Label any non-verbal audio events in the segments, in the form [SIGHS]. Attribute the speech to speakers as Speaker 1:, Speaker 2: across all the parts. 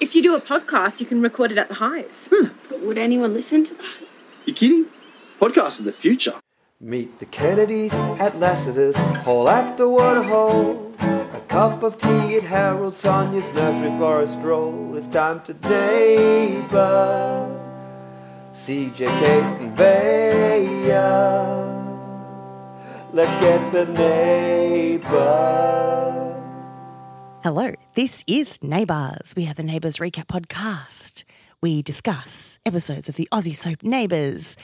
Speaker 1: If you do a podcast, you can record it at the Hive. Hmm.
Speaker 2: But would anyone listen to that?
Speaker 3: You kidding? Podcasts are the future.
Speaker 4: Meet the Kennedys at Lassiter's, Hall at the Waterhole. A cup of tea at Harold Sonia's nursery for a stroll. It's time to neighbours. CJ, Kate, and Vaya. Let's get the neighbours.
Speaker 5: Hello, this is Neighbours. We are the Neighbours Recap Podcast. We discuss episodes of the Aussie soap Neighbours.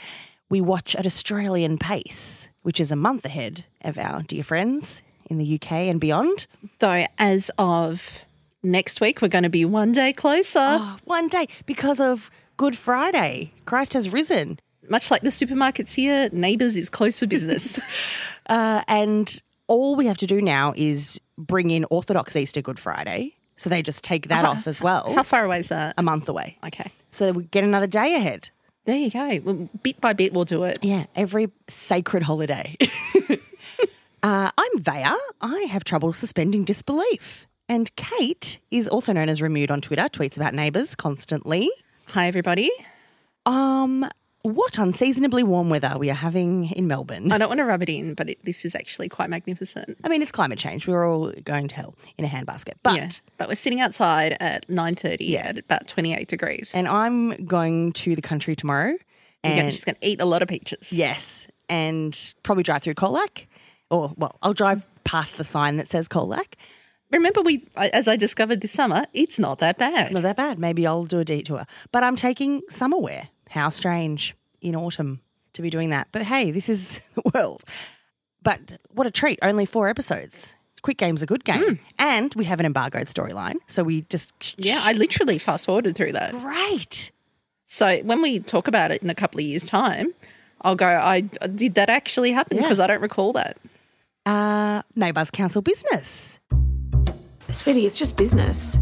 Speaker 5: We watch at Australian pace, which is a month ahead of our dear friends in the UK and beyond.
Speaker 6: Though, as of next week, we're going to be one day closer.
Speaker 5: Oh, one day, because of Good Friday, Christ has risen.
Speaker 6: Much like the supermarkets here, Neighbours is close
Speaker 5: [LAUGHS]
Speaker 6: for business.
Speaker 5: Uh, and all we have to do now is bring in Orthodox Easter Good Friday. So they just take that off as well,
Speaker 6: How far away is that?
Speaker 5: a
Speaker 6: Um,
Speaker 5: month away.
Speaker 6: Okay.
Speaker 5: So we get another day ahead.
Speaker 6: There you go. Well, bit by bit, we'll do it.
Speaker 5: Yeah, every sacred holiday. [LAUGHS] uh, I'm Vaya. I have trouble suspending disbelief. And Kate is also known as Remude on Twitter, tweets about neighbours constantly.
Speaker 6: Hi, everybody.
Speaker 5: Um, what unseasonably warm weather we are having in Melbourne.
Speaker 6: I don't want to rub it in, but it, this is actually quite magnificent.
Speaker 5: I mean, it's climate change. We're all going to hell in a handbasket. But,
Speaker 6: yeah, but we're sitting outside at nine thirty at about twenty eight degrees.
Speaker 5: and I'm going to the country tomorrow.
Speaker 6: You're gonna-
Speaker 5: And
Speaker 6: she's going to eat a lot of peaches.
Speaker 5: Yes, and probably drive through Colac, or well, I'll drive past the sign that says Colac.
Speaker 6: Remember, we I- as I discovered this summer, it's not that bad.
Speaker 5: Not that bad. Maybe I'll do a detour, but I'm taking summer wear. How strange in autumn to be doing that. But hey, this is [LAUGHS] the world. But what a treat! Only four episodes. Quick game's a good game, and we have an embargoed storyline. So we just
Speaker 6: Hmm. Yeah, I literally fast forwarded through that.
Speaker 5: great.
Speaker 6: So when we talk about it in a couple of years' time, I'll go. I did that actually happen
Speaker 5: Yeah.
Speaker 6: because I don't recall that.
Speaker 5: Uh, neighbours council business.
Speaker 1: Sweetie, it's just business.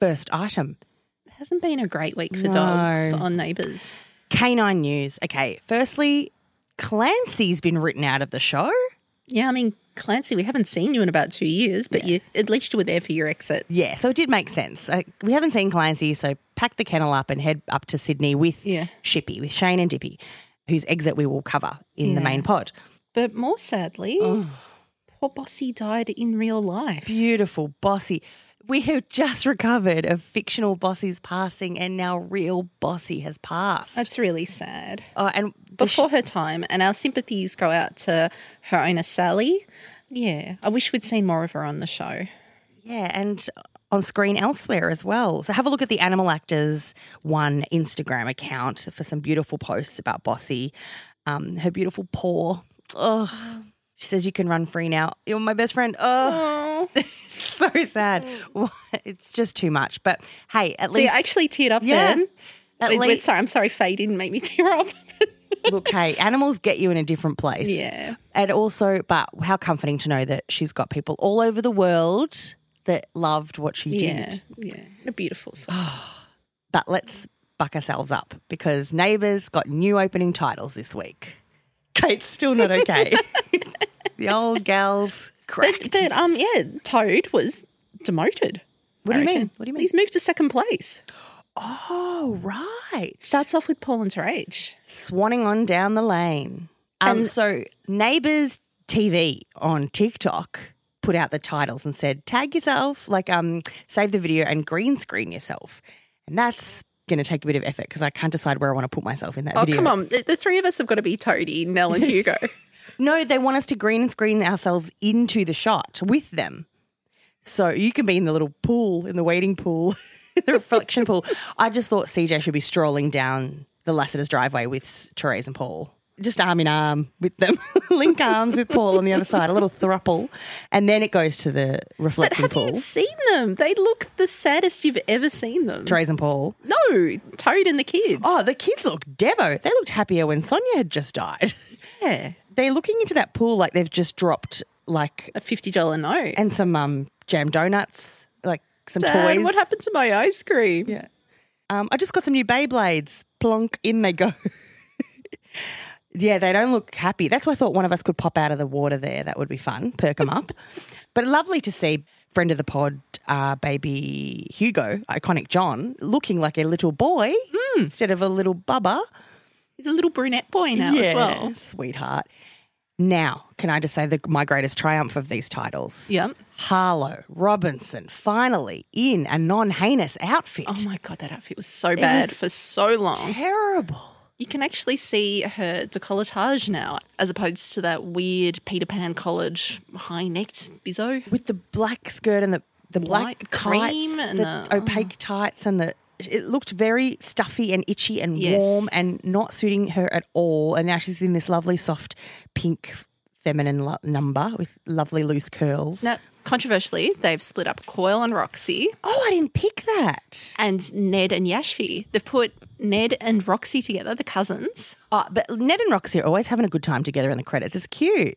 Speaker 5: First item.
Speaker 6: It hasn't been a great week for
Speaker 5: No.
Speaker 6: dogs on neighbours.
Speaker 5: Canine news. Okay, firstly, Clancy's been written out of the show.
Speaker 6: Yeah, I mean Clancy, we haven't seen you in about two years, but you at least you were there for your exit.
Speaker 5: Yeah, so it did make sense. Uh, we haven't seen Clancy, so pack the kennel up and head up to Sydney with
Speaker 6: Yeah.
Speaker 5: Shippy, with Shane and Dippy, whose exit we will cover in the main pod.
Speaker 6: But more sadly, poor Bossy died in real life.
Speaker 5: Beautiful Bossy. We have just recovered of fictional Bossy's passing, and now real Bossy has passed.
Speaker 6: That's really sad.
Speaker 5: Oh, and the sh-
Speaker 6: Before her time, and our sympathies go out to her owner Sally. Yeah, I wish we'd seen more of her on the show.
Speaker 5: Yeah, and on screen elsewhere as well. So have a look at the Animal Actors One Instagram account for some beautiful posts about Bossy, um, her beautiful paw. Oh, she says you can run free now. You're my best friend. Oh,
Speaker 6: Oh,
Speaker 5: [LAUGHS] so
Speaker 6: [LAUGHS]
Speaker 5: sad. It's just too much. But hey, at
Speaker 6: so you
Speaker 5: least
Speaker 6: actually teared up
Speaker 5: yeah.
Speaker 6: then.
Speaker 5: At
Speaker 6: Wait, wait, [LAUGHS]
Speaker 5: least,
Speaker 6: sorry, I'm sorry, Faye didn't make me [LAUGHS] tear up.
Speaker 5: look, hey, animals get you in a different place.
Speaker 6: yeah.
Speaker 5: And also, but how comforting to know that she's got people all over the world that loved what she
Speaker 6: Yeah.
Speaker 5: did.
Speaker 6: Yeah. Oh, A beautiful song.
Speaker 5: But let's buck ourselves up because Neighbours got new opening titles this week. Kate's still not [LAUGHS] okay. the old gal's
Speaker 6: But,
Speaker 5: cracked.
Speaker 6: but um yeah, Toad was demoted.
Speaker 5: what
Speaker 6: I
Speaker 5: do you
Speaker 6: reckon.
Speaker 5: mean? What do you mean?
Speaker 6: He's moved to second place.
Speaker 5: oh, right.
Speaker 6: Starts off with Paul and Terage.
Speaker 5: swanning on down the lane. Um,
Speaker 6: And-
Speaker 5: so Neighbours TV on TikTok put out the titles and said, tag yourself, like um, save the video and green screen yourself. And that's going to take a bit of effort because I can't decide where I want to put myself in that
Speaker 6: Oh
Speaker 5: video.
Speaker 6: come on. The, the three of us have got to be Toadie, Nell
Speaker 5: [LAUGHS]
Speaker 6: and Hugo.
Speaker 5: No, they want us to green screen ourselves into the shot with them. So you can be in the little pool, in the waiting pool, [LAUGHS] the reflection pool. I just thought CJ should be strolling down the Lassiter's driveway with S- Therese and Paul, just arm in arm with them, [LAUGHS] link arms with Paul on the other side, a little thruple. And then it goes to the reflecting
Speaker 6: Have
Speaker 5: pool.
Speaker 6: you seen them? They look the saddest you've ever seen them.
Speaker 5: Therese and Paul.
Speaker 6: No, Toad and the kids.
Speaker 5: Oh, the kids look devo. They looked happier when Sonia had just died. [LAUGHS]
Speaker 6: yeah.
Speaker 5: They're looking into that pool like they've just dropped like
Speaker 6: A fifty dollar note.
Speaker 5: and some um, jam donuts, like some
Speaker 6: Dad,
Speaker 5: toys.
Speaker 6: what happened to my ice cream?
Speaker 5: Yeah. Um, I just got some new Beyblades. Plonk, in they go. [LAUGHS] yeah, they don't look
Speaker 6: [LAUGHS]
Speaker 5: happy. That's why I thought one of us could pop out of the water there. That would be fun. Perk them up. But lovely to see friend of the pod, uh, baby Hugo, iconic John, looking like a little boy
Speaker 6: Hmm.
Speaker 5: instead of a little bubba.
Speaker 6: He's a little brunette boy now as well.
Speaker 5: Sweetheart. Now, can I just say the, my greatest triumph of these titles?
Speaker 6: Yep.
Speaker 5: Harlow Robinson finally in a non heinous outfit.
Speaker 6: Oh my god, that outfit was so bad
Speaker 5: was
Speaker 6: for so long.
Speaker 5: Terrible.
Speaker 6: You can actually see her decolletage now, as opposed to that weird Peter Pan college high necked bizzo.
Speaker 5: With the black skirt and the, the black
Speaker 6: White
Speaker 5: tights,
Speaker 6: cream and
Speaker 5: the,
Speaker 6: the- oh.
Speaker 5: opaque tights, and the. It looked very stuffy and itchy and
Speaker 6: Yes.
Speaker 5: warm and not suiting her at all. And now she's in this lovely, soft pink feminine lo- number with lovely loose curls.
Speaker 6: Now, controversially, they've split up Coil and Roxy
Speaker 5: Oh, I didn't pick that.
Speaker 6: and Ned and Yashvi. They've put Ned and Roxy together, the cousins.
Speaker 5: Oh, but Ned and Roxy are always having a good time together in the credits. It's cute.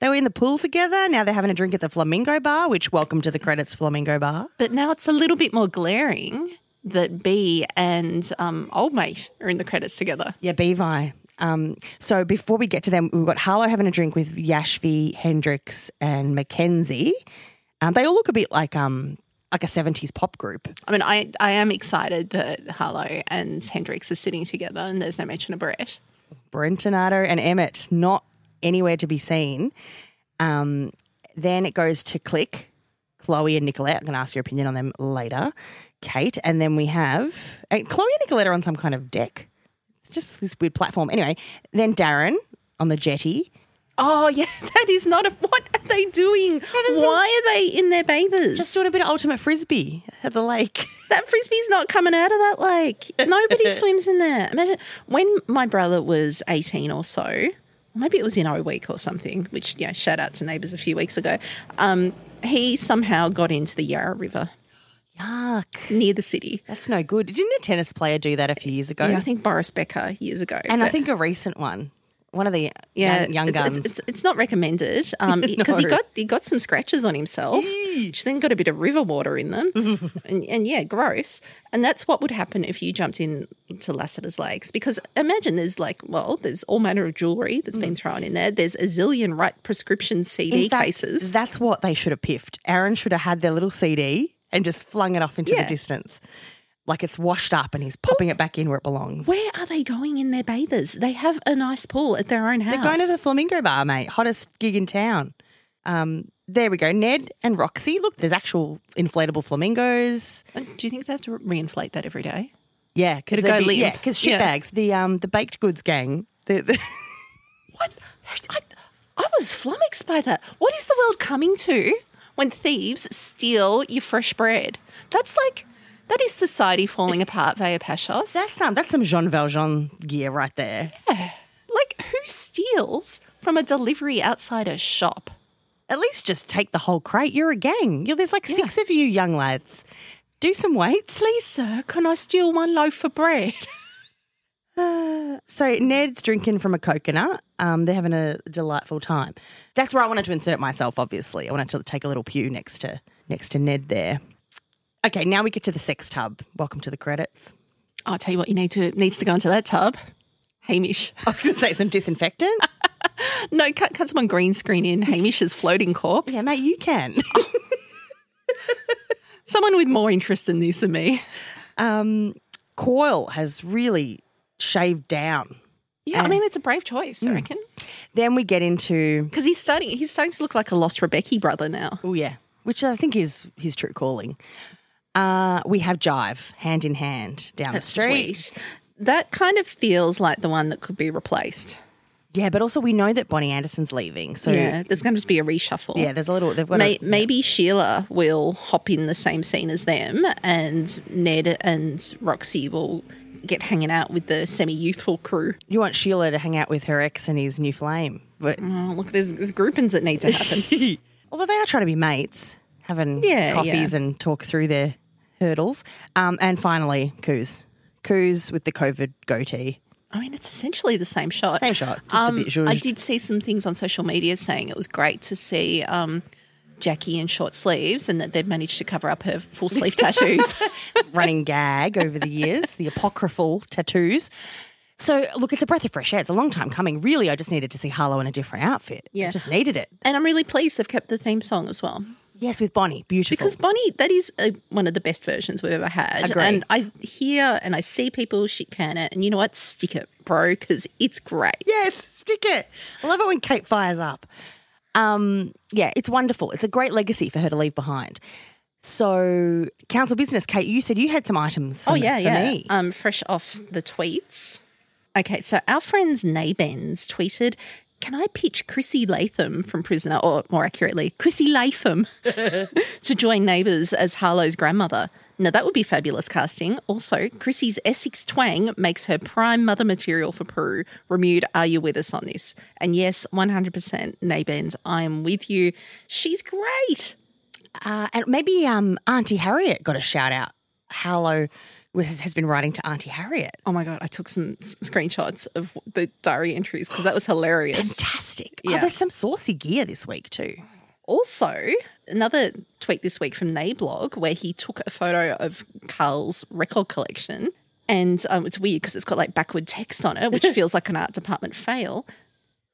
Speaker 5: They were in the pool together. Now they're having a drink at the Flamingo Bar, which welcome to the credits, Flamingo Bar.
Speaker 6: But now it's a little bit more glaring that B and um, Old Mate are in the credits together.
Speaker 5: Yeah, Bevi. Um, so before we get to them, we've got Harlow having a drink with Yashvi, Hendrix, and Mackenzie. Um, they all look a bit like um like a seventies pop group.
Speaker 6: I mean, I, I am excited that Harlow and Hendrix are sitting together and there's no mention of Brett.
Speaker 5: Brentonado and Emmett not anywhere to be seen. Um, then it goes to Click, Chloe and Nicolette. I'm going to ask your opinion on them later, Kate. And then we have uh, Chloe and Nicolette are on some kind of deck. It's just this weird platform. Anyway, then Darren on the jetty.
Speaker 6: Oh, yeah, [LAUGHS] that is not a. What are they doing? Why are they in their bathers?
Speaker 5: Just doing a bit of ultimate frisbee at the lake. [LAUGHS]
Speaker 6: that frisbee's not coming out of that lake. Nobody swims in there. Imagine when my brother was 18 or so, maybe it was in O week or something, which, yeah, shout out to neighbours a few weeks ago. Um, he somehow got into the Yarra River
Speaker 5: Yuck.
Speaker 6: near the city.
Speaker 5: That's no good. Didn't a tennis player do that a few years ago?
Speaker 6: Yeah, I think Boris Becker years ago.
Speaker 5: Oh. and I
Speaker 6: but-
Speaker 5: think a recent one. One of the
Speaker 6: Yeah,
Speaker 5: young, young
Speaker 6: it's,
Speaker 5: guns.
Speaker 6: It's, it's, it's not recommended [LAUGHS] because he
Speaker 5: No.
Speaker 6: got he got some scratches on himself, which then got a bit of river water in [LAUGHS] them, and, and yeah, gross. And that's what would happen if you jumped in to Lassiter's Lakes because imagine there's like well, there's all manner of jewelry that's been thrown in there. There's a zillion right prescription CD
Speaker 5: In fact,
Speaker 6: cases.
Speaker 5: That's what they should have piffed. Aaron should have had their little CD and just flung it off into
Speaker 6: Yeah.
Speaker 5: the distance. Like it's washed up and he's popping it back in where it belongs.
Speaker 6: where are they going in their bathers? They have a nice pool at their own house.
Speaker 5: They're going to the Flamingo Bar, mate. Hottest gig in town. Um, there we go. Ned and Roxy. Look, there's actual inflatable flamingos.
Speaker 6: Do you think they have to reinflate that every day?
Speaker 5: Yeah, because
Speaker 6: It'd go limp.
Speaker 5: yeah, because
Speaker 6: Yeah.
Speaker 5: shitbags. The um the baked goods gang. The, the [LAUGHS]
Speaker 6: What? I, I was flummoxed by that. What is the world coming to when thieves steal your fresh bread? That's like, that is society falling apart via Pashos.
Speaker 5: that's um that's some Jean Valjean gear right there.
Speaker 6: like, who steals from a delivery outside a shop?
Speaker 5: At least just take the whole crate. You're a gang. You're, there's like six of you young lads. Do some weights.
Speaker 6: Please, sir, can I steal one loaf of bread?
Speaker 5: So Ned's drinking from a coconut. Um, they're having a delightful time. That's where I wanted to insert myself. Obviously, I wanted to take a little pew next to next to Ned there. Okay, now we get to the sex tub. Welcome to the credits.
Speaker 6: I'll tell you what, you need to needs to go into that tub. Hamish.
Speaker 5: I was going to say some disinfectant.
Speaker 6: [LAUGHS] No, cut, cut someone green screen in Hamish's floating corpse.
Speaker 5: yeah, mate, you can.
Speaker 6: Someone with more interest in this than me.
Speaker 5: Um, Coil has really shaved down.
Speaker 6: Yeah, I mean, it's a brave choice, I reckon.
Speaker 5: Then we get into
Speaker 6: Because he's starting, he's starting to look like a lost Rebecca brother now.
Speaker 5: oh yeah, which I think is his true calling. Uh, we have Jive hand in hand down the street.
Speaker 6: Sweet. That kind of feels like the one that could be replaced.
Speaker 5: Yeah, but also we know that Bonnie Anderson's leaving, so
Speaker 6: yeah, there's going to just be a reshuffle.
Speaker 5: Yeah, there's a little. They've got
Speaker 6: May-
Speaker 5: a,
Speaker 6: maybe Sheila will hop in the same scene as them, and Ned and Roxy will get hanging out with the semi-youthful crew.
Speaker 5: you want Sheila to hang out with her ex and his new flame, but
Speaker 6: Oh, look, there's, there's groupings that need to happen.
Speaker 5: although they are trying to be mates, having
Speaker 6: Yeah,
Speaker 5: coffees and talk through their hurdles. Um, and finally, Coos, Coos with the COVID goatee.
Speaker 6: [LAUGHS] I mean, it's essentially the same shot.
Speaker 5: Same shot, just a
Speaker 6: Um,
Speaker 5: bit zhuzhed.
Speaker 6: I did see some things on social media saying it was great to see um, Jackie in short sleeves and that they've managed to cover up her
Speaker 5: [LAUGHS]
Speaker 6: full sleeve tattoos.
Speaker 5: running gag over the years, the apocryphal tattoos. So look, it's a breath of fresh air. It's a long time coming. Really, I just needed to see Harlow in a different outfit. I
Speaker 6: Yeah.
Speaker 5: just needed it.
Speaker 6: and I'm really pleased they've kept the theme song as well.
Speaker 5: Yes, with Bonnie. Beautiful.
Speaker 6: Because Bonnie, that is uh one of the best versions we've ever had.
Speaker 5: Agree.
Speaker 6: And I hear and I see people shit can it, and you know what? Stick it, bro, because it's great.
Speaker 5: Yes, stick it. I love it when Kate fires up. Um, yeah, it's wonderful. It's a great legacy for her to leave behind. So, council business, Kate, you said you had some items. For
Speaker 6: Oh
Speaker 5: me-
Speaker 6: yeah,
Speaker 5: for
Speaker 6: yeah.
Speaker 5: Me.
Speaker 6: Um, fresh off the tweets. Okay, so our friends Nabens tweeted, "Can I pitch Chrissy Latham from Prisoner, or more accurately, Chrissy Latham, [LAUGHS] to join Neighbours as Harlow's grandmother?" Now that would be fabulous casting. Also, Chrissy's Essex twang makes her prime mother material for Peru. Remude, are you with us on this? And yes, one hundred percent, Nabens, I am with you. She's great.
Speaker 5: Uh, and maybe um, Auntie Harriet got a shout out. Harlow was, has been writing to Auntie Harriet.
Speaker 6: Oh my god, I took some s- screenshots of the diary entries because that was hilarious.
Speaker 5: Fantastic. Oh,
Speaker 6: Yeah.
Speaker 5: there's some saucy gear this week, too.
Speaker 6: Also, another tweet this week from Nablog where he took a photo of Carl's record collection. And um, it's weird because it's got like backward text on it, which feels like an art department fail.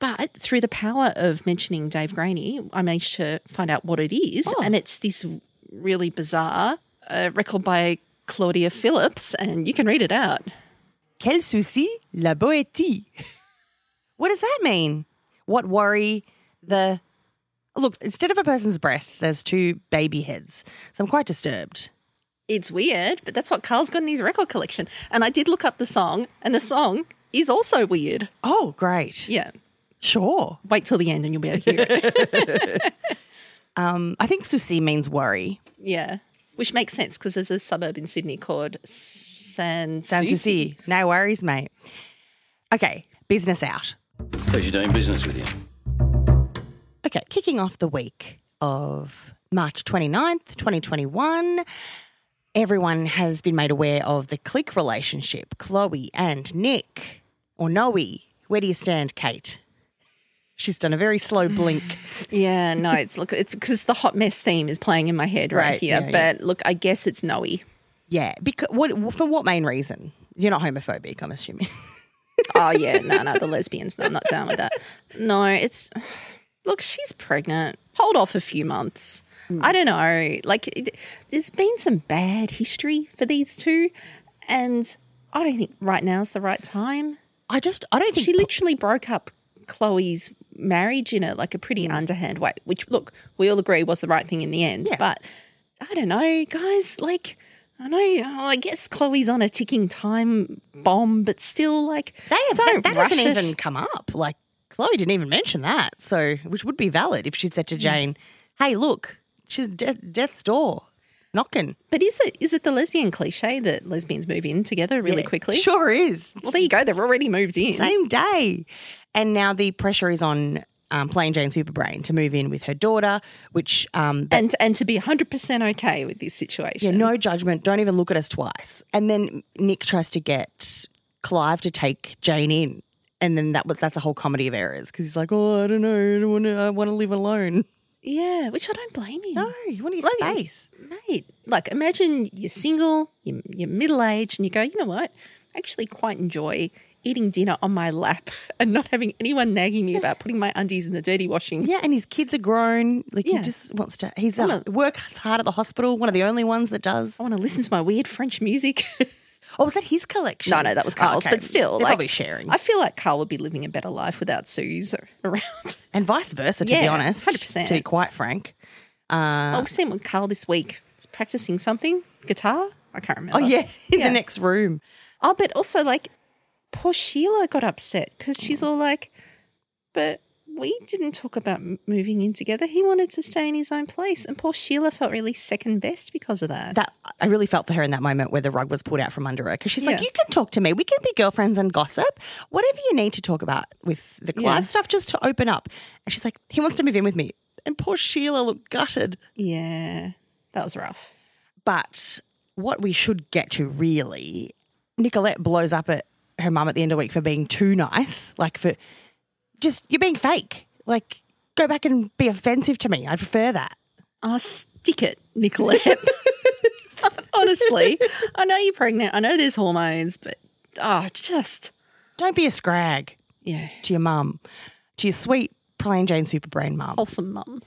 Speaker 6: But through the power of mentioning Dave Graney, I managed to find out what it is. And it's this really bizarre uh, record by Claudia Phillips. And you can read it out.
Speaker 5: Quel souci la boétie? What does that mean? What worry the. Look, instead of a person's breasts, there's two baby heads. So I'm quite disturbed.
Speaker 6: It's weird, but that's what Carl's got in his record collection. And I did look up the song, and the song is also weird.
Speaker 5: Oh, great.
Speaker 6: Yeah.
Speaker 5: Sure.
Speaker 6: Wait till the end and you'll be able to hear it.
Speaker 5: Um, I think souci means worry.
Speaker 6: yeah. Which makes sense because there's a suburb in Sydney called San
Speaker 5: Sans
Speaker 6: Souci.
Speaker 5: souci. No worries, mate. Okay, business out.
Speaker 7: So she's doing business with him.
Speaker 5: Okay, kicking off the week of March 29th, 2021, everyone has been made aware of the clique relationship, Chloe and Nick, or Noe. Where do you stand, Kate? She's done a very
Speaker 6: [SIGHS]
Speaker 5: slow blink.
Speaker 6: Yeah, no, it's look, it's because the hot mess theme is playing in my head right,
Speaker 5: Right,
Speaker 6: here.
Speaker 5: yeah, yeah.
Speaker 6: but look, I guess it's Noe.
Speaker 5: yeah, because what, for what main reason? You're not homophobic, I'm assuming.
Speaker 6: Oh, yeah, no, no, the lesbians. No, I'm not down with that. No, it's look, she's pregnant. Hold off a few months. I don't know. Like, it, there's been some bad history for these two, and I don't think right now's the right time.
Speaker 5: I just, I don't think
Speaker 6: She literally broke up Chloe's marriage in a like a
Speaker 5: Hmm.
Speaker 6: pretty underhand way, which look, we all agree was the right thing in the end. But I don't know, guys, like I know oh, I guess Chloe's on a ticking time bomb, but still like
Speaker 5: they
Speaker 6: don't
Speaker 5: that, that
Speaker 6: rush
Speaker 5: hasn't
Speaker 6: it.
Speaker 5: even come up. Like Chloe didn't even mention that, so which would be valid if she'd said to
Speaker 6: Hmm.
Speaker 5: Jane, "Hey, look, she's death, death's door, knocking
Speaker 6: But is it is it the lesbian cliche that lesbians move in together really
Speaker 5: Yeah,
Speaker 6: quickly?
Speaker 5: Sure is.
Speaker 6: Well there you go, they've already moved in.
Speaker 5: Same day, and now the pressure is on um, Plain Jane Superbrain to move in with her daughter, which um, but
Speaker 6: And and to be hundred percent okay with this
Speaker 5: yeah,
Speaker 6: situation.
Speaker 5: no judgment. Don't even look at us twice. And then Nick tries to get Clive to take Jane in. And then that that's a whole comedy of errors because he's like, oh, I don't know, I don't want to, I want to live alone.
Speaker 6: Yeah, which I don't blame
Speaker 5: [LAUGHS]
Speaker 6: him.
Speaker 5: No, you want your
Speaker 6: Like-
Speaker 5: space.
Speaker 6: mate, like imagine you're single, you're, you're middle aged, and you go, you know what? I actually quite enjoy eating dinner on my lap [LAUGHS] and not having anyone nagging me about putting my undies in the dirty washing.
Speaker 5: Yeah, and his kids are grown. Like he
Speaker 6: Yeah.
Speaker 5: just wants to. He's
Speaker 6: I'm
Speaker 5: uh, works hard at the hospital. One of the only ones that does.
Speaker 6: I want to listen to my weird French music.
Speaker 5: Oh, was that his collection?
Speaker 6: [LAUGHS] no, no, that was
Speaker 5: Oh,
Speaker 6: Carl's,
Speaker 5: okay.
Speaker 6: but still,
Speaker 5: They're
Speaker 6: like,
Speaker 5: probably sharing,
Speaker 6: I feel like Carl would be living a better life without Sue's [LAUGHS] around.
Speaker 5: and vice versa. To be
Speaker 6: Yeah,
Speaker 5: honest,
Speaker 6: 100%.
Speaker 5: to be quite frank. Uh,
Speaker 6: I'll see him with Carl this week. He's practicing something, guitar. I can't
Speaker 5: oh
Speaker 6: remember.
Speaker 5: [LAUGHS] yeah, in
Speaker 6: Yeah.
Speaker 5: the next room.
Speaker 6: Oh, but also like poor Sheila got upset because she's all like, but we didn't talk about m- moving in together. He wanted to stay in his own place. And poor Sheila felt really second best because of that.
Speaker 5: That I really felt for her in that moment where the rug was pulled out from under her because she's like,
Speaker 6: Yeah.
Speaker 5: "You can talk to me. We can be girlfriends and gossip. Whatever you need to talk about with the Clive
Speaker 6: Yeah.
Speaker 5: stuff, just to open up." And she's like, "He wants to move in with me." And poor Sheila looked gutted.
Speaker 6: yeah, that was rough.
Speaker 5: But what we should get to really, Nicolette blows up at her mum at the end of the week for being too nice. Like for just you're being fake. Like go back and be offensive to me. I prefer that.
Speaker 6: Oh, stick it, Nicolette. [LAUGHS] Honestly, I know you're pregnant. I know there's hormones, but oh, just,
Speaker 5: Don't be a scrag
Speaker 6: yeah,
Speaker 5: to your mum, to your sweet plain Jane Superbrain mum.
Speaker 6: wholesome mum.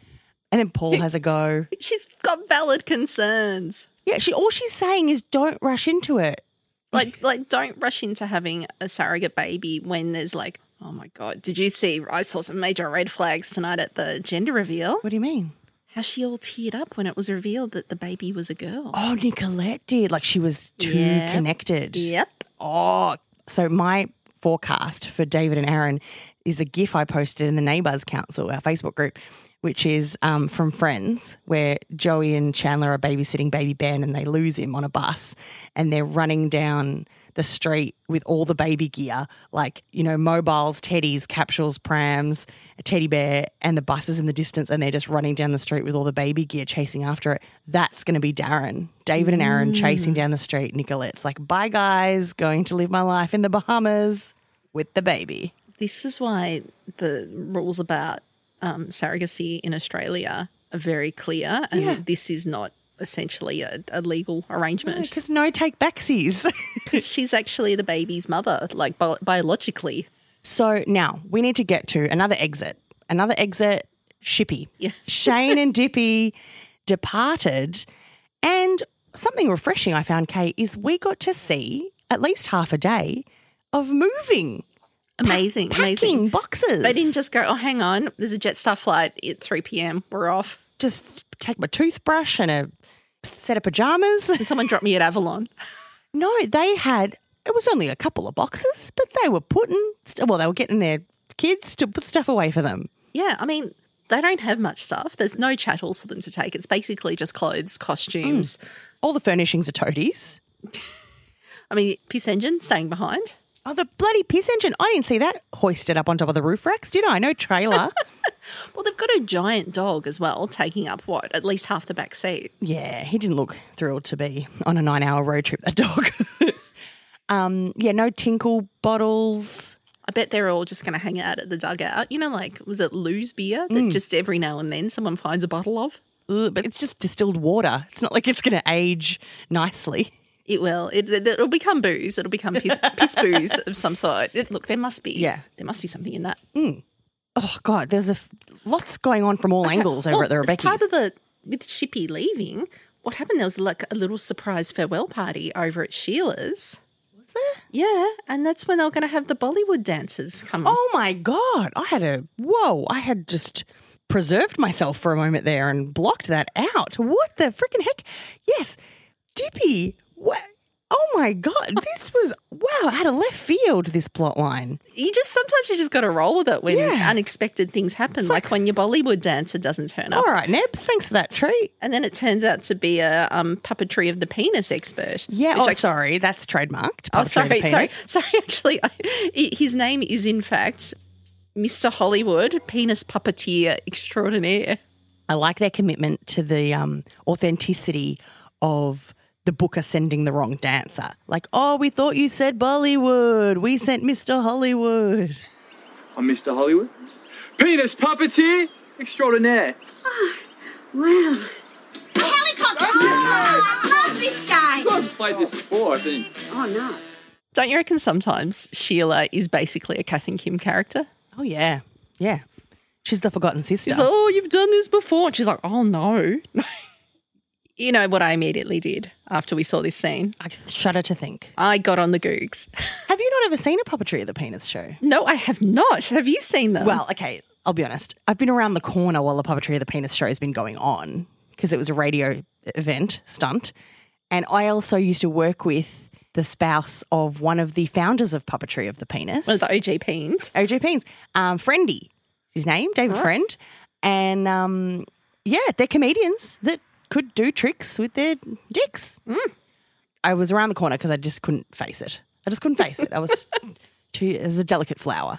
Speaker 5: And then Paul has a go.
Speaker 6: She's got valid concerns.
Speaker 5: Yeah, she all she's saying is don't rush into it.
Speaker 6: Like, like, don't rush into having a surrogate baby when there's like, oh my god, did you see? I saw some major red flags tonight at the gender reveal.
Speaker 5: What do you mean?
Speaker 6: How she all teared up when it was revealed that the baby was a girl.
Speaker 5: Oh, Nicolette did. Like she was too
Speaker 6: Yep.
Speaker 5: connected.
Speaker 6: Yep.
Speaker 5: Oh, so my forecast for David and Aaron is a GIF I posted in the Neighbours Council, our Facebook group, which is um, from Friends, where Joey and Chandler are babysitting baby Ben and they lose him on a bus and they're running down the street with all the baby gear, like, you know, mobiles, teddies, capsules, prams, a teddy bear, and the buses in the distance, and they're just running down the street with all the baby gear chasing after it. That's going to be Darren. David and Aaron chasing down the street. Nicolette's like, bye, guys, going to live my life in the Bahamas with the baby.
Speaker 6: This is why the rules about um, surrogacy in Australia are very clear, and this is not essentially a, a legal arrangement
Speaker 5: Because no take backsies. [LAUGHS]
Speaker 6: because she's actually the baby's mother, like bi- biologically.
Speaker 5: so now we need to get to another exit. Another exit, Shippy.
Speaker 6: [LAUGHS]
Speaker 5: Shane and Dippy departed. And something refreshing I found, Kate, is we got to see at least half a day of moving,
Speaker 6: Amazing, amazing.
Speaker 5: packing boxes.
Speaker 6: They didn't just go, oh, hang on, there's a Jetstar flight at 3 p.m. We're off.
Speaker 5: just take my toothbrush and a set of pajamas. [LAUGHS]
Speaker 6: Can someone drop me at Avalon?
Speaker 5: No, they had. It was only a couple of boxes, but they were putting. st- Well, they were getting their kids to put stuff away for them.
Speaker 6: Yeah, I mean, they don't have much stuff. There's no chattels for them to take. It's basically just clothes, costumes.
Speaker 5: All the furnishings are toadies.
Speaker 6: I mean, piss engine staying behind.
Speaker 5: Oh, the bloody piss engine! I didn't see that hoisted up on top of the roof racks, did I? No
Speaker 6: [LAUGHS]
Speaker 5: trailer.
Speaker 6: Well, they've got a giant dog as well, taking up what at least half the back seat.
Speaker 5: yeah, he didn't look thrilled to be on a nine-hour road trip. That dog. [LAUGHS] um, yeah, no tinkle bottles.
Speaker 6: I bet they're all just going to hang out at the dugout. You know, like was it Lou's beer that just every now and then someone finds a bottle of?
Speaker 5: Ugh, but it's just distilled water. It's not like it's going to age nicely.
Speaker 6: It will. It, it- it'll become booze. It'll become piss, piss booze of some sort. It, look, there must be.
Speaker 5: Yeah.
Speaker 6: there must be something in that.
Speaker 5: Oh God, there's a f- lots going on from all angles over
Speaker 6: Well,
Speaker 5: at
Speaker 6: [LAUGHS]
Speaker 5: the
Speaker 6: as
Speaker 5: Rebecca's.
Speaker 6: Part of the with Shippy leaving, what happened? There was like a little surprise farewell party over at Sheila's.
Speaker 5: Was there?
Speaker 6: Yeah, and that's when they were going to have the Bollywood dancers come. on.
Speaker 5: Oh my God. I had a, whoa, I had just preserved myself for a moment there and blocked that out. What the freaking heck? Yes. Dippy. What? Oh my
Speaker 6: [LAUGHS]
Speaker 5: God. This was, wow, out of left field, this plot line.
Speaker 6: you just sometimes you just got to roll with it when
Speaker 5: Yeah.
Speaker 6: unexpected things happen, like, when your Bollywood dancer doesn't turn up,
Speaker 5: All right, Nebs, thanks for that treat.
Speaker 6: and then it turns out to be a um, puppetry of the penis expert.
Speaker 5: Yeah.
Speaker 6: which
Speaker 5: Oh,
Speaker 6: I-
Speaker 5: sorry. That's trademarked.
Speaker 6: Oh,
Speaker 5: Puppetry of the
Speaker 6: sorry, sorry,
Speaker 5: penis.
Speaker 6: sorry. [LAUGHS] Actually, I, i- his name is in fact Mr. Hollywood, penis puppeteer extraordinaire.
Speaker 5: I like their commitment to the um, authenticity of the booker sending the wrong dancer. Like, oh, we thought you said Bollywood. We sent Mr. Hollywood.
Speaker 3: I'm Mr. Hollywood. Penis puppeteer extraordinaire.
Speaker 2: Wow.
Speaker 8: Ah, Helicopter! Oh, I love this guy!
Speaker 3: I've played this before,
Speaker 8: [LAUGHS]
Speaker 3: I think.
Speaker 2: Oh, no.
Speaker 6: Don't you reckon sometimes Sheila is basically a Kath and Kim character?
Speaker 5: Oh yeah, yeah. She's the forgotten sister.
Speaker 6: She's like, oh, you've done this before. And she's like, oh, no. [LAUGHS] you know what I immediately did after we saw this scene?
Speaker 5: I shudder to think.
Speaker 6: I got on the googs. [LAUGHS]
Speaker 5: Have you not ever seen a puppetry of the penis show?
Speaker 6: No, I have not. Have you seen
Speaker 5: [LAUGHS]
Speaker 6: them?
Speaker 5: Well, okay, I'll be honest. I've been around the corner while the puppetry of the penis show has been going on because it was a radio event stunt, and I also used to work with the spouse of one of the founders of puppetry of the penis.
Speaker 6: one of the OG peens.
Speaker 5: OJ Peens. Um, Friendy is his name, David Friend. And um, yeah, they're comedians that could do tricks with their dicks.
Speaker 6: Mm.
Speaker 5: I was around the corner because I just couldn't face it. I just couldn't face it. I
Speaker 6: [LAUGHS]
Speaker 5: was too, it was a delicate flower.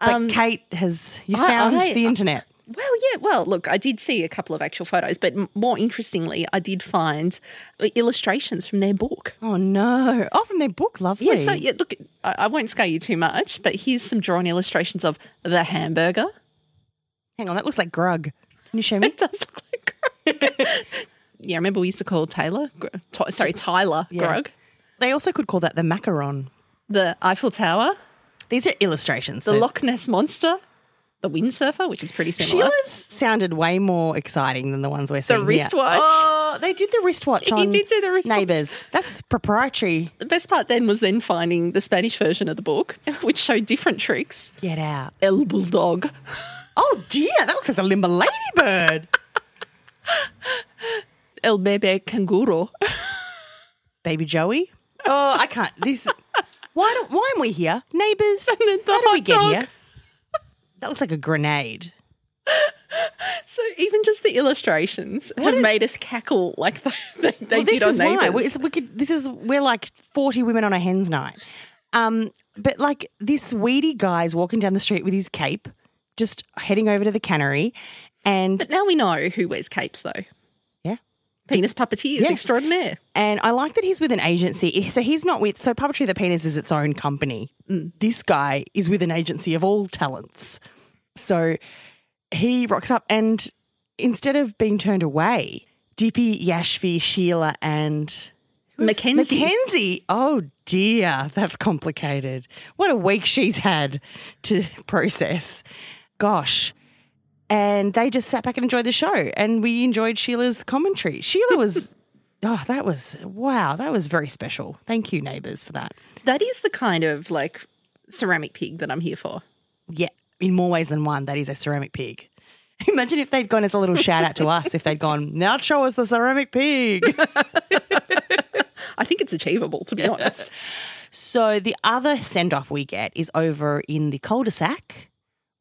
Speaker 5: But Kate has, you
Speaker 6: Um, I-
Speaker 5: found
Speaker 6: I-
Speaker 5: the internet.
Speaker 6: Well, yeah. Well, look, I did see a couple of actual photos, but m- more interestingly, I did find uh, illustrations from their book.
Speaker 5: Oh no. Oh, from their book, lovely.
Speaker 6: Yeah, so yeah, look, I, I won't scare you too much, but here's some drawn illustrations of the hamburger.
Speaker 5: Hang on, that looks like grug. Can you show me?
Speaker 6: [LAUGHS] It does look like grog. [LAUGHS] yeah, I remember we used to call Taylor, gr- Ty- sorry, Tyler
Speaker 5: Yeah.
Speaker 6: grog.
Speaker 5: they also could call that the macaron.
Speaker 6: The Eiffel Tower,
Speaker 5: These are illustrations.
Speaker 6: the
Speaker 5: so-
Speaker 6: Loch Ness Monster, the the windsurfer, which is pretty similar.
Speaker 5: Sheila's sounded way more exciting than the ones we're seeing. here.
Speaker 6: wristwatch.
Speaker 5: Oh, they did the wristwatch on
Speaker 6: did do the wristwatch.
Speaker 5: Neighbours. That's proprietary.
Speaker 6: the best part then was then finding the Spanish version of the book, [LAUGHS] which showed different tricks.
Speaker 5: Get out.
Speaker 6: El Bulldog.
Speaker 5: Oh dear, that looks like the limber ladybird.
Speaker 6: El Bebe Canguro. [LAUGHS]
Speaker 5: Baby Joey. Oh, I can't. This. [LAUGHS] Why don't? Why aren't we here, neighbours?
Speaker 6: then the
Speaker 5: How did we
Speaker 6: hot
Speaker 5: get
Speaker 6: dog.
Speaker 5: here? That looks like a grenade.
Speaker 6: So even just the illustrations have made us cackle like they, [LAUGHS] they, they
Speaker 5: Well,
Speaker 6: did
Speaker 5: this
Speaker 6: on
Speaker 5: is why
Speaker 6: Neighbours.
Speaker 5: we, it's, we could, this is we're like forty women on a hen's night. Um, but like this weedy guy's walking down the street with his cape, just heading over to the cannery, and
Speaker 6: [LAUGHS] But now we know who wears capes, though.
Speaker 5: Yeah.
Speaker 6: Penis puppeteers
Speaker 5: Yeah.
Speaker 6: extraordinaire.
Speaker 5: And I like that he's with an agency. So he's not with, so Puppetry the Penis is its own company.
Speaker 6: Mm.
Speaker 5: This guy is with an agency of all talents. So he rocks up and instead of being turned away, Dippy, Yashvi, Sheila, and who's-
Speaker 6: Mackenzie.
Speaker 5: Mackenzie. Oh dear, that's complicated. What a week she's had to process. Gosh. And they just sat back and enjoyed the show. And we enjoyed Sheila's commentary. Sheila was Oh, that was wow, that was very special. Thank you, neighbours, for that.
Speaker 6: That is the kind of like ceramic pig that I'm here for.
Speaker 5: Yeah, in more ways than one, that is a ceramic pig. [LAUGHS] Imagine if they'd gone as a little shout out to us, if they'd gone, now show us the ceramic pig.
Speaker 6: I think it's achievable, to be honest.
Speaker 5: so the other send off we get is over in the cul de sac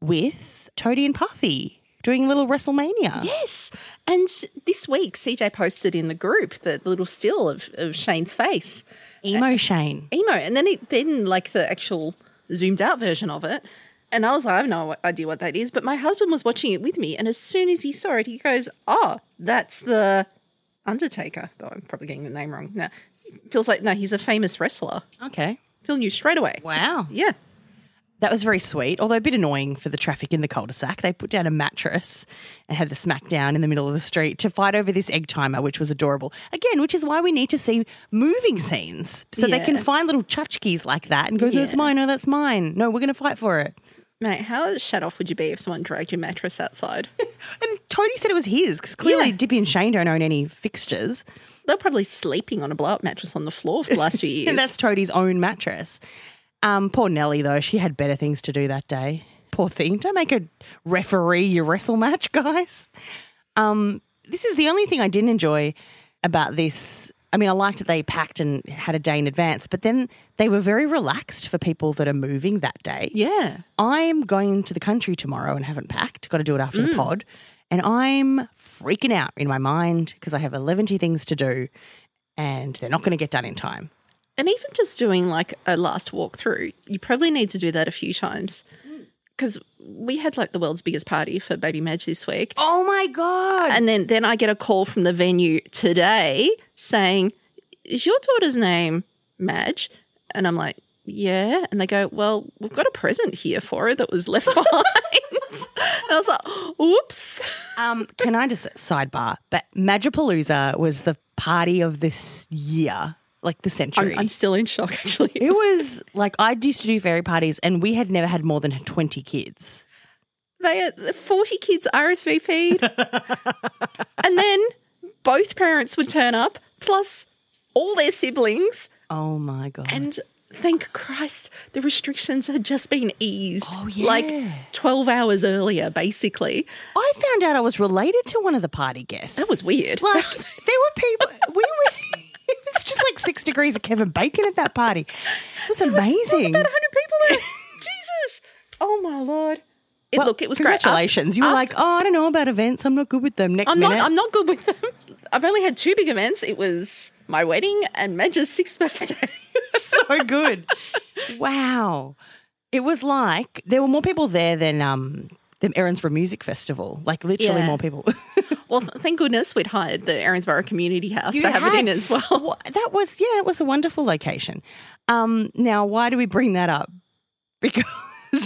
Speaker 5: with Toadie and Puffy doing a little WrestleMania.
Speaker 6: Yes. And this week, CJ posted in the group the little still of, of Shane's face.
Speaker 5: Emo Shane.
Speaker 6: Emo. And then it then like the actual zoomed out version of it. And I was like, I have no idea what that is. But my husband was watching it with me. And as soon as he saw it, he goes, Oh, that's the Undertaker. Though I'm probably getting the name wrong. No. Feels like no, he's a famous wrestler.
Speaker 5: Okay.
Speaker 6: Phil knew straight away.
Speaker 5: Wow.
Speaker 6: Yeah.
Speaker 5: That was very sweet, although a bit annoying for the traffic in the cul-de-sac. They put down a mattress and had the smackdown in the middle of the street to fight over this egg timer, which was adorable. Again, which is why we need to see moving scenes so they can
Speaker 6: Yeah.
Speaker 5: find little tchotchkes like that and go, "That's
Speaker 6: Yeah.
Speaker 5: mine. No, that's mine. No, we're going to fight for it."
Speaker 6: Mate, how shut off would you be if someone dragged your mattress outside? [LAUGHS]
Speaker 5: And Tony said it was his because clearly
Speaker 6: Yeah.
Speaker 5: Dippy and Shane don't own any fixtures.
Speaker 6: They're probably sleeping on a blow up mattress on the floor for the last few years.
Speaker 5: And that's Toadie's own mattress. Um, poor Nellie, though, she had better things to do that day. Poor thing. Don't make her referee your wrestle match, [LAUGHS] guys. Um, this is the only thing I didn't enjoy about this. I mean, I liked that they packed and had a day in advance, but then they were very relaxed for people that are moving that day.
Speaker 6: yeah.
Speaker 5: I'm going to the country tomorrow and haven't packed. Got to do it after the pod. And I'm freaking out in my mind because I have 11 things to do and they're not going to get done in time.
Speaker 6: And even just doing like a last walkthrough, you probably need to do that a few times. Because we had like the world's biggest party for Baby Madge this week.
Speaker 5: Oh my god!
Speaker 6: And then, then I get a call from the venue today saying, Is your daughter's name Madge? And I'm like, Yeah. And they go, Well, we've got a present here for her that was left [LAUGHS] behind. and I was like, Oops.
Speaker 5: um, can I just sidebar? But Magapalooza was the party of this year, like the century.
Speaker 6: I'm, I'm still
Speaker 5: [LAUGHS]
Speaker 6: in shock, actually.
Speaker 5: it was like I used to do fairy parties, and we had never had more than twenty kids.
Speaker 6: They are 40 kids
Speaker 5: [LAUGHS]
Speaker 6: RSVP'd. and then both parents would turn up, plus all their siblings.
Speaker 5: Oh my god!
Speaker 6: And thank Christ, the restrictions had just been eased.
Speaker 5: Oh, yeah.
Speaker 6: Like 12 hours earlier, basically.
Speaker 5: I found out I was related to one of the party guests.
Speaker 6: That was weird. [LAUGHS]
Speaker 5: Like there were people. We were. It was just like six degrees of Kevin Bacon at that party. It was amazing.
Speaker 6: About 100 people there.
Speaker 5: [LAUGHS]
Speaker 6: Jesus. Oh, my Lord. It,
Speaker 5: Well,
Speaker 6: look, it was great. After-
Speaker 5: congratulations. you were
Speaker 6: after-
Speaker 5: like, oh, I don't know about events. I'm not good with them. Next
Speaker 6: I'm
Speaker 5: minute.
Speaker 6: not, I'm not good with them. I've only had two big events. It was my wedding and Madge's
Speaker 5: [LAUGHS]
Speaker 6: sixth birthday.
Speaker 5: so good. Wow. It was like there were more people there than um than Erinsborough Music Festival. Like literally
Speaker 6: Yeah.
Speaker 5: more people.
Speaker 6: [LAUGHS] Well, th- thank goodness we'd hired the Erinsborough Community
Speaker 5: [LAUGHS]
Speaker 6: House
Speaker 5: You
Speaker 6: to have it in
Speaker 5: had-
Speaker 6: as well.
Speaker 5: Wha- that was yeah, it was a wonderful location. Um now why do we bring that up? Because [LAUGHS]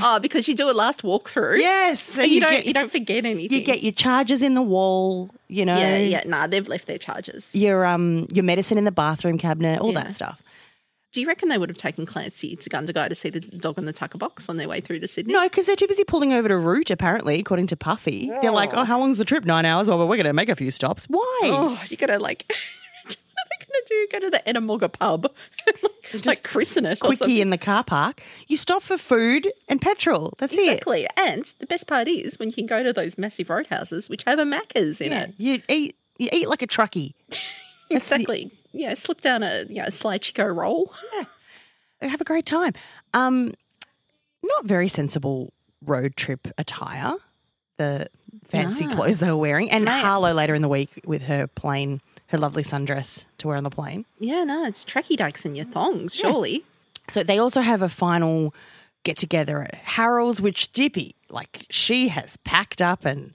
Speaker 6: Oh, because you do a last walkthrough.
Speaker 5: yes,
Speaker 6: So you, don't
Speaker 5: get,
Speaker 6: you don't forget anything.
Speaker 5: you get your charges in the wall, you know.
Speaker 6: yeah yeah nah. They've left their charges.
Speaker 5: Your um your medicine in the bathroom cabinet, all
Speaker 6: Yeah.
Speaker 5: that stuff.
Speaker 6: Do you reckon they would have taken Clancy to Gundagai to see the dog in the tucker box on their way through to Sydney?
Speaker 5: No, because they're too busy pulling over to Root, apparently, according to Puffy. They're like, oh, how long's the trip? Nine hours? Well, we're going to make a few stops. Why?
Speaker 6: Oh, you gotta like, [LAUGHS] what are they gonna do? Go to the Ennemoga pub, [LAUGHS] like, like christen it. or
Speaker 5: Quickie
Speaker 6: something.
Speaker 5: in the car park. You stop for food and petrol. That's it.
Speaker 6: Exactly. And the best part is when you can go to those massive roadhouses which have a Macca's in it.
Speaker 5: You eat, you eat like a truckie.
Speaker 6: Exactly. Yeah, slip down a you know, a sly chico roll.
Speaker 5: Have a great time. Um, not very sensible road trip attire. The fancy clothes they were wearing, and Harlow later in the week with her plain, her lovely sundress to wear on the plane.
Speaker 6: Yeah, no, it's tracky dykes in your
Speaker 5: Mm.
Speaker 6: thongs, surely.
Speaker 5: So they also have a final get together at Harold's, which Dippy, like she has packed up and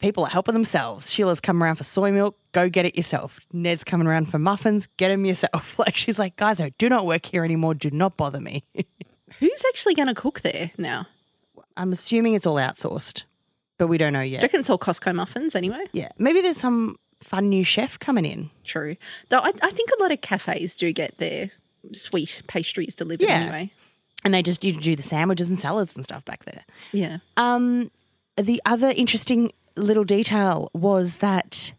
Speaker 5: people are helping themselves. Sheila's come around for soy milk, go get it yourself. Ned's coming around for muffins, get them yourself. [LAUGHS] Like she's like, guys, I do not work here anymore. Do not bother me. [LAUGHS]
Speaker 6: Who's actually gonna cook there now?
Speaker 5: I'm assuming it's all outsourced, but we don't know
Speaker 6: Do you
Speaker 5: yet.
Speaker 6: reckon it's all Costco muffins anyway?
Speaker 5: Yeah. Maybe there's some fun new chef coming in.
Speaker 6: True. Though I, I think a lot of cafes do get their sweet pastries delivered
Speaker 5: Yeah.
Speaker 6: anyway.
Speaker 5: And they just used to do the sandwiches and salads and stuff back there.
Speaker 6: Yeah.
Speaker 5: Um, the other interesting little detail was that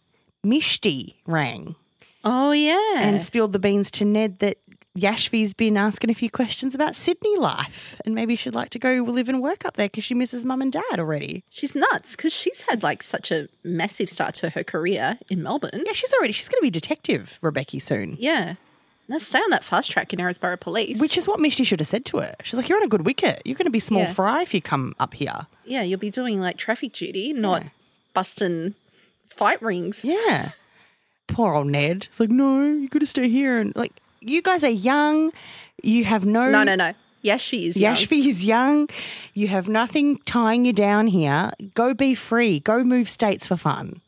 Speaker 5: Mishti rang
Speaker 6: Oh yeah.
Speaker 5: and spilled the beans to Ned that Yashvi's been asking a few questions about Sydney life and maybe she'd like to go live and work up there because she misses mum and dad already.
Speaker 6: She's nuts because she's had like such a massive start to her career in Melbourne.
Speaker 5: Yeah, she's already she's going to be detective Rebecca soon,
Speaker 6: Yeah. Now stay on that fast track in Erinsborough Police.
Speaker 5: which is what Mishti should have said to her. She's like, "You're on a good wicket. You're going to be small
Speaker 6: Yeah.
Speaker 5: fry if you come up here."
Speaker 6: yeah, you'll be doing like traffic duty, not busting fight rings.
Speaker 5: Yeah. Poor old Ned. It's like, "No, you got to stay here." And like, you guys are young. You have no
Speaker 6: No, no, no. Yes, she is. young.
Speaker 5: Yashvi is young. You have nothing tying you down here. Go be free. Go move states for fun.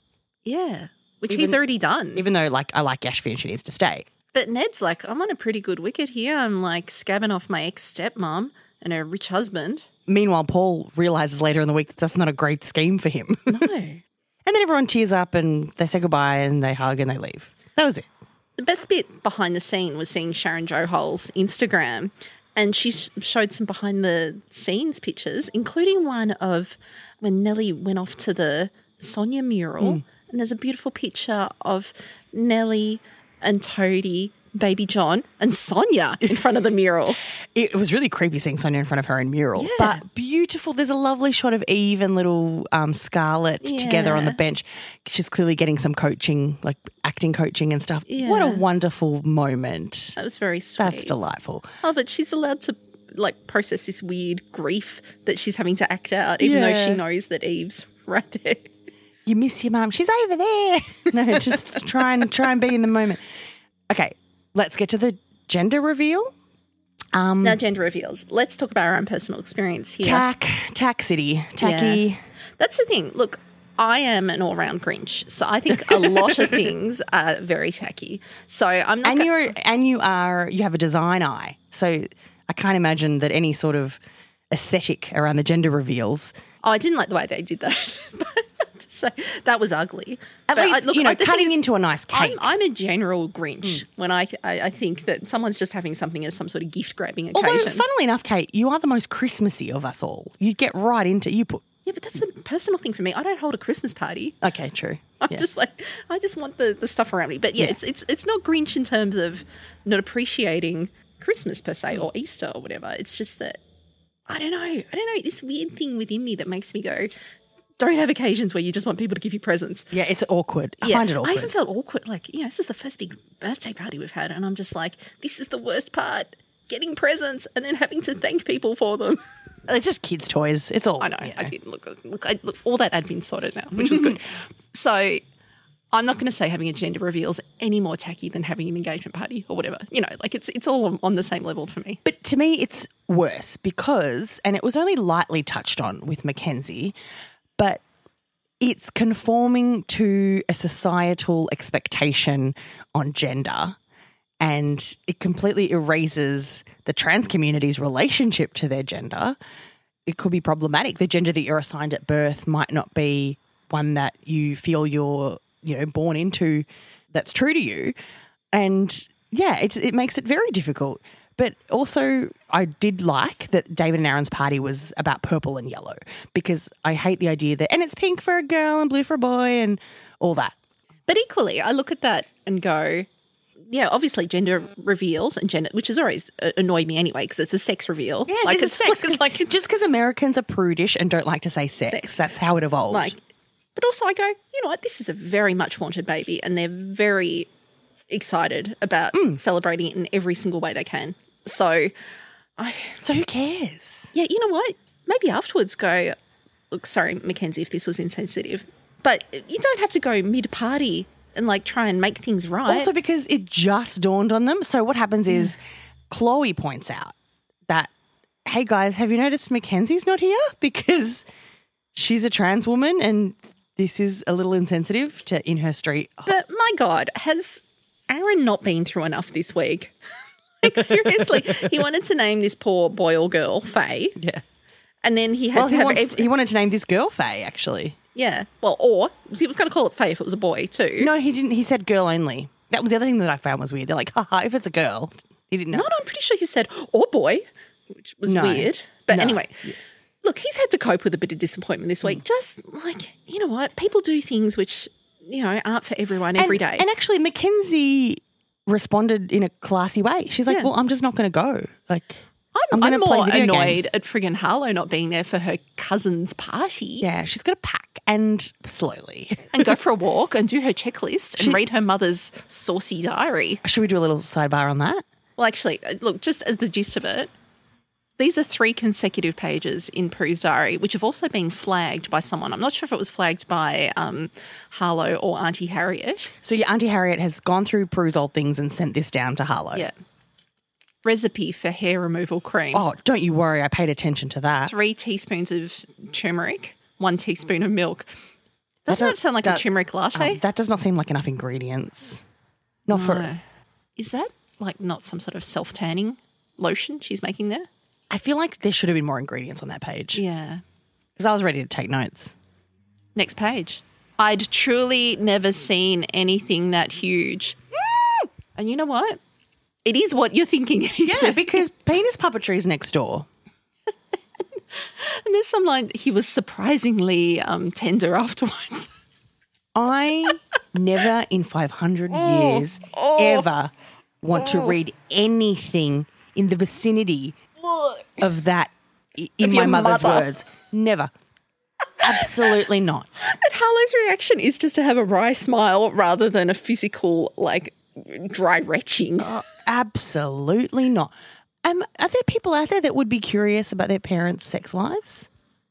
Speaker 6: Yeah. Which he's already done.
Speaker 5: Even though, like, I like Yashvi and she needs to stay.
Speaker 6: but Ned's like, I'm on a pretty good wicket here. I'm like scabbing off my ex stepmom and her rich husband.
Speaker 5: Meanwhile, Paul realizes later in the week that that's not a great scheme for him. [LAUGHS] and
Speaker 6: [LAUGHS] No.
Speaker 5: then everyone tears up and they say goodbye and they hug and they leave. That was it.
Speaker 6: The best bit behind the scene was seeing Sharon Jo Hole's Instagram, and she sh- showed some behind the scenes pictures, including one of when Nellie went off to the Sonia mural. And there's a beautiful picture of Nellie and Toadie, baby John, and Sonia in front of the mural.
Speaker 5: It was really creepy seeing Sonia in front of her own mural, but beautiful. There's a lovely shot of Eve and little um, Scarlett together on the
Speaker 6: Yeah.
Speaker 5: bench. She's clearly getting some coaching, like acting coaching and stuff. What a
Speaker 6: Yeah.
Speaker 5: wonderful moment.
Speaker 6: That was very sweet.
Speaker 5: That's delightful.
Speaker 6: Oh, but she's allowed to like process this weird grief that she's having to act out, even though
Speaker 5: Yeah.
Speaker 6: she knows that Eve's [LAUGHS] right there.
Speaker 5: You miss your mum. She's over
Speaker 6: [LAUGHS]
Speaker 5: there. No, just [LAUGHS] try and try and be in the moment. Okay, let's get to the gender reveal. Um,
Speaker 6: Now, gender reveals. Let's talk about our own personal experience here.
Speaker 5: tack, tack city, tacky.
Speaker 6: That's the thing. Look, I am an all round Grinch. So I think a lot
Speaker 5: [LAUGHS]
Speaker 6: of things are very tacky. So I'm not.
Speaker 5: And
Speaker 6: go-
Speaker 5: you're and you are you have a design eye, so I can't imagine that any sort of aesthetic around the gender reveals.
Speaker 6: oh, I didn't like the way they did that. [LAUGHS] But so that was ugly.
Speaker 5: At
Speaker 6: But Uh, I-
Speaker 5: least
Speaker 6: look,
Speaker 5: you know
Speaker 6: I- the thing
Speaker 5: cutting
Speaker 6: is,
Speaker 5: into a nice cake. Hmm.
Speaker 6: I'm, I'm a general Grinch when I, I I think that someone's just having something as some sort of gift grabbing
Speaker 5: Although,
Speaker 6: occasion.
Speaker 5: funnily enough, Kate, you are the most Christmassy of us all. You get right into you put.
Speaker 6: yeah, but that's a personal thing for me. I don't hold a Christmas party. [LAUGHS]
Speaker 5: Okay, true.
Speaker 6: I'm
Speaker 5: Yeah.
Speaker 6: just like I just want the, the stuff around me. But yeah, it's it's it's not Grinch in terms of not appreciating Christmas per se or Easter or whatever. It's just that I don't know. I don't know this weird thing within me that makes me go. Don't have occasions where you just want people to give you presents.
Speaker 5: yeah, it's awkward. I
Speaker 6: Yeah,
Speaker 5: find it awkward.
Speaker 6: I even felt awkward. Like, you know, this is the first big birthday party we've had, and I'm just like, this is the worst part: getting presents and then having to thank people for them. [LAUGHS]
Speaker 5: It's just kids' toys. It's all.
Speaker 6: I know.
Speaker 5: you
Speaker 6: I did look. Look, I, look, all that had been sorted now, which was
Speaker 5: [LAUGHS]
Speaker 6: good. so I'm not going to say having a gender reveal is any more tacky than having an engagement party or whatever. You know, like it's it's all on, on the same level for me.
Speaker 5: But to me, it's worse because, and it was only lightly touched on with Mackenzie, but it's conforming to a societal expectation on gender. And it completely erases the trans community's relationship to their gender. It could be problematic. The gender that you're assigned at birth might not be one that you feel you're, you know, born into that's true to you. And yeah, it's, it makes it very difficult. But also, I did like that David and Aaron's party was about purple and yellow because I hate the idea that, and it's pink for a girl and blue for a boy and all that.
Speaker 6: But equally, I look at that and go, yeah, obviously gender reveals and gender, which has always uh, annoyed me anyway because it's a sex reveal.
Speaker 5: Yeah,
Speaker 6: like
Speaker 5: it's, [LAUGHS] it's sex.
Speaker 6: Like, it's like it's
Speaker 5: just because Americans are prudish and don't like to say sex,
Speaker 6: Sex.
Speaker 5: that's how it evolved.
Speaker 6: like. But also, I go, you know what? This is a very much wanted baby, and they're very excited about
Speaker 5: Mm.
Speaker 6: celebrating it in every single way they can. So, I,
Speaker 5: so who cares?
Speaker 6: yeah, you know what? Maybe afterwards, go. Look, sorry, Mackenzie, if this was insensitive, but you don't have to go mid party and like try and make things right.
Speaker 5: Also, because it just dawned on them. So what happens
Speaker 6: Mm.
Speaker 5: is Chloe points out that, hey guys, have you noticed Mackenzie's not here [LAUGHS] because she's a trans woman and this is a little insensitive to in her street. Oh,
Speaker 6: But my God, has Aaron not been through enough this week? [LAUGHS] like, seriously, he wanted to name this poor boy or girl Faye,
Speaker 5: yeah.
Speaker 6: and then he had
Speaker 5: Well,
Speaker 6: to
Speaker 5: he,
Speaker 6: have.
Speaker 5: wants,
Speaker 6: ev-
Speaker 5: he wanted to name this girl Faye, actually.
Speaker 6: yeah, well, or he was going to call it Faye if it was a boy too.
Speaker 5: No, he didn't. He said girl only. That was the other thing that I found was weird. They're like, haha, if it's a girl, he didn't know.
Speaker 6: no, no, I'm pretty sure he said or boy, which was
Speaker 5: No.
Speaker 6: weird. But
Speaker 5: No. Mm.
Speaker 6: anyway. Look, he's had to cope with a bit of disappointment this week. Just like, you know what? People do things which, you know, aren't for everyone every day.
Speaker 5: And actually, Mackenzie responded in a classy way. She's like,
Speaker 6: Yeah.
Speaker 5: "Well, I'm just not going to go. Like,
Speaker 6: I'm, I'm,
Speaker 5: gonna play
Speaker 6: more
Speaker 5: video
Speaker 6: annoyed
Speaker 5: games.
Speaker 6: at friggin' Harlow not being there for her cousin's party.
Speaker 5: yeah, she's going to pack and slowly. [LAUGHS]
Speaker 6: and go for a walk and do her checklist and read her mother's saucy diary.
Speaker 5: Should we do a little sidebar on that?
Speaker 6: Well, actually, uh, look, just as the gist of it, these are three consecutive pages in Prue's diary, which have also been flagged by someone. I'm not sure if it was flagged by um, Harlow or Auntie Harriet.
Speaker 5: So your auntie Harriet has gone through Prue's old things and sent this down to Harlow.
Speaker 6: Yeah. Recipe for hair removal cream.
Speaker 5: Oh, don't you worry. I paid attention to that.
Speaker 6: Three teaspoons of turmeric, one teaspoon of milk. Doesn't that,
Speaker 5: does-
Speaker 6: sound like
Speaker 5: that-
Speaker 6: a turmeric latte?
Speaker 5: Um, that does not seem like enough ingredients. Not
Speaker 6: No.
Speaker 5: for.
Speaker 6: Is that like not some sort of self tanning lotion she's making there?
Speaker 5: I feel like there should have been more ingredients on that page because
Speaker 6: Yeah.
Speaker 5: I was ready to take notes.
Speaker 6: Next page. I'd truly never seen anything that huge. And you know what? It is what you're thinking. it is.
Speaker 5: Yeah, because penis puppetry is next door.
Speaker 6: And there's some line, he was surprisingly um, tender [LAUGHS] afterwards.
Speaker 5: I never in 500
Speaker 6: Oh.
Speaker 5: years ever want to read anything in the vicinity of that i- in
Speaker 6: Of
Speaker 5: my
Speaker 6: your
Speaker 5: mother's
Speaker 6: mother.
Speaker 5: words. Never. Absolutely not.
Speaker 6: But Harlow's reaction is just to have a wry smile rather than a physical, like, dry retching.
Speaker 5: Oh, Absolutely not. Um, are there people out there that would be curious about their parents' sex lives?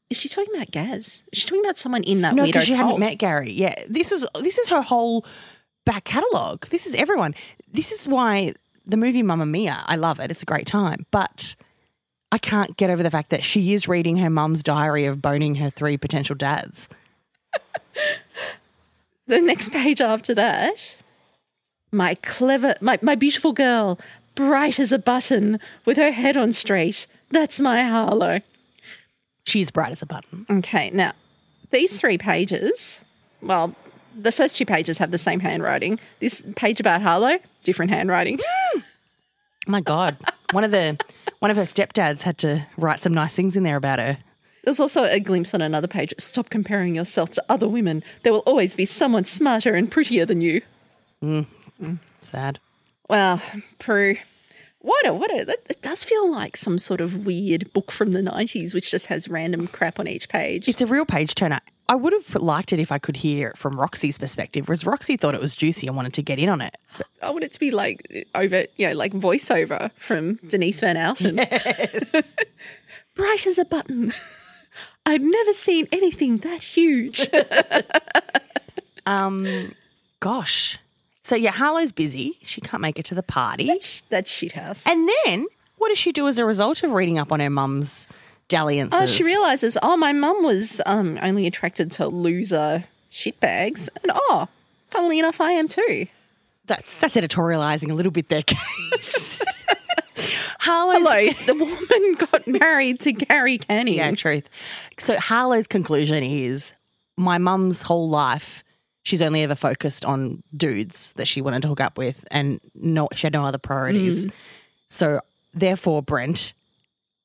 Speaker 6: Is she talking about Gaz? Is she talking about someone in that
Speaker 5: No,
Speaker 6: weirdo
Speaker 5: because she hadn't
Speaker 6: cult?
Speaker 5: met Gary. Yeah, this is this is her whole back catalogue. This is everyone. This is why the movie Mamma Mia. I love it. It's a great time, but I can't get over the fact that she is reading her mum's diary of boning her three potential dads.
Speaker 6: the next page after that my clever my, my beautiful girl bright as a button with her head on straight that's my harlow
Speaker 5: She's bright as a button.
Speaker 6: okay now these three pages well the first two pages have the same handwriting this page about harlow different handwriting
Speaker 5: My God, one of the one of her stepdads had to write some nice things in there about her.
Speaker 6: there's also a glimpse on another page stop comparing yourself to other women there will always be someone smarter and prettier than you
Speaker 5: Sad.
Speaker 6: Well, Prue, what a what a that, it does feel like some sort of weird book from the nineties, which just has random crap on each page.
Speaker 5: It's a real page turner. I would have liked it if I could hear it from Roxy's perspective, whereas Roxy thought it was juicy and wanted to get in on it.
Speaker 6: I want it to be like over, you know, like voiceover from Denise Van Outen. [LAUGHS] Bright as a button. I've never seen anything that huge.
Speaker 5: Um, gosh. So yeah, Harlow's busy. She can't make it to the party.
Speaker 6: that shit house.
Speaker 5: And then what does she do as a result of reading up on her mum's dalliances?
Speaker 6: Oh, she realizes, oh, my mum was um, only attracted to loser shitbags. And oh, funnily enough, I am too.
Speaker 5: that's that's editorializing a little bit there,
Speaker 6: [LAUGHS]
Speaker 5: Kate. Harlow's
Speaker 6: Hello, the woman got [LAUGHS] married to Gary Canning.
Speaker 5: Yeah, truth. So Harlow's conclusion is my mum's whole life she's only ever focused on dudes that she wanted to hook up with, and no, she had no other priorities.
Speaker 6: Mm.
Speaker 5: So, therefore, Brent,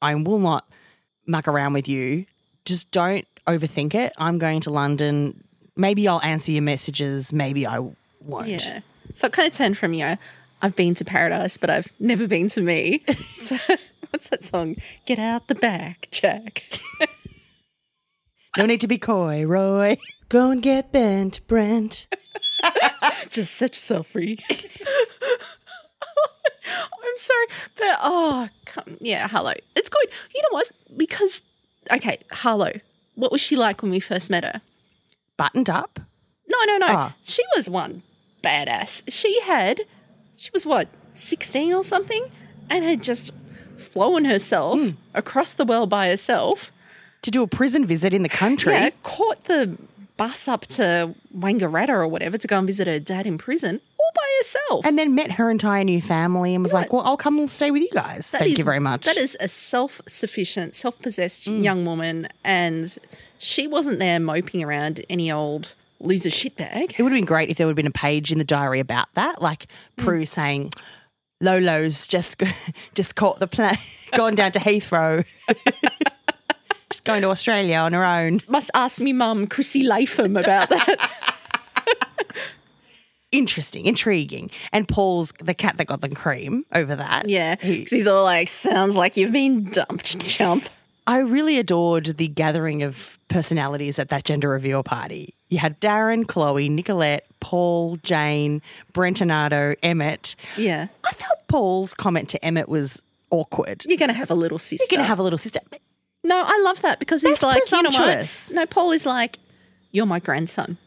Speaker 5: I will not muck around with you. Just don't overthink it. I'm going to London. Maybe I'll answer your messages. Maybe I won't.
Speaker 6: Yeah. So it kind of turned from, you know, I've been to paradise, but I've never been to [LAUGHS] me. So, what's that song? Get out the back, Jack.
Speaker 5: No need to be coy, Roy. [LAUGHS] Go and get bent, Brent.
Speaker 6: [LAUGHS] Just set yourself free. [LAUGHS] I'm sorry, but oh, come, yeah, Harlow. It's good. You know what? Because, okay, Harlow, what was she like when we first met her?
Speaker 5: Buttoned up.
Speaker 6: No, no, no.
Speaker 5: Ah.
Speaker 6: She was one badass. She had, she was what, 16 or something? And had just flown herself
Speaker 5: Hmm.
Speaker 6: across the world by herself.
Speaker 5: to do a prison visit in the country.
Speaker 6: Yeah, caught the bus up to Wangaratta or whatever to go and visit her dad in prison all by herself.
Speaker 5: And then met her entire new family and was like, well, I'll come and stay with you guys.
Speaker 6: That
Speaker 5: Thank
Speaker 6: is-
Speaker 5: you very much. Hmm.
Speaker 6: That is a self sufficient, self possessed young woman. And she wasn't there moping around any old loser shitbag.
Speaker 5: it would have been great if there would have been a page in the diary about that, like
Speaker 6: Hmm.
Speaker 5: Prue saying, Lolo's just go- [LAUGHS] just caught the plane, [LAUGHS] gone down to Heathrow. [LAUGHS] She's going to Australia on her own.
Speaker 6: Must ask me mum, Chrissy Latham, about that.
Speaker 5: Interesting, intriguing. And Paul's the cat that got the cream over that.
Speaker 6: yeah.
Speaker 5: He-
Speaker 6: 'Cause he's all like, sounds like you've been dumped, chump.
Speaker 5: I really adored the gathering of personalities at that gender reveal party. You had Darren, Chloe, Nicolette, Paul, Jane, Brentonado, Emmett.
Speaker 6: Yeah.
Speaker 5: I felt Paul's comment to Emmett was awkward.
Speaker 6: You're going to have a little sister.
Speaker 5: You're going to have a little sister.
Speaker 6: No, I love that because he's
Speaker 5: That's
Speaker 6: like, you know what?
Speaker 5: presumptuous.
Speaker 6: No, Paul is like, you're my grandson.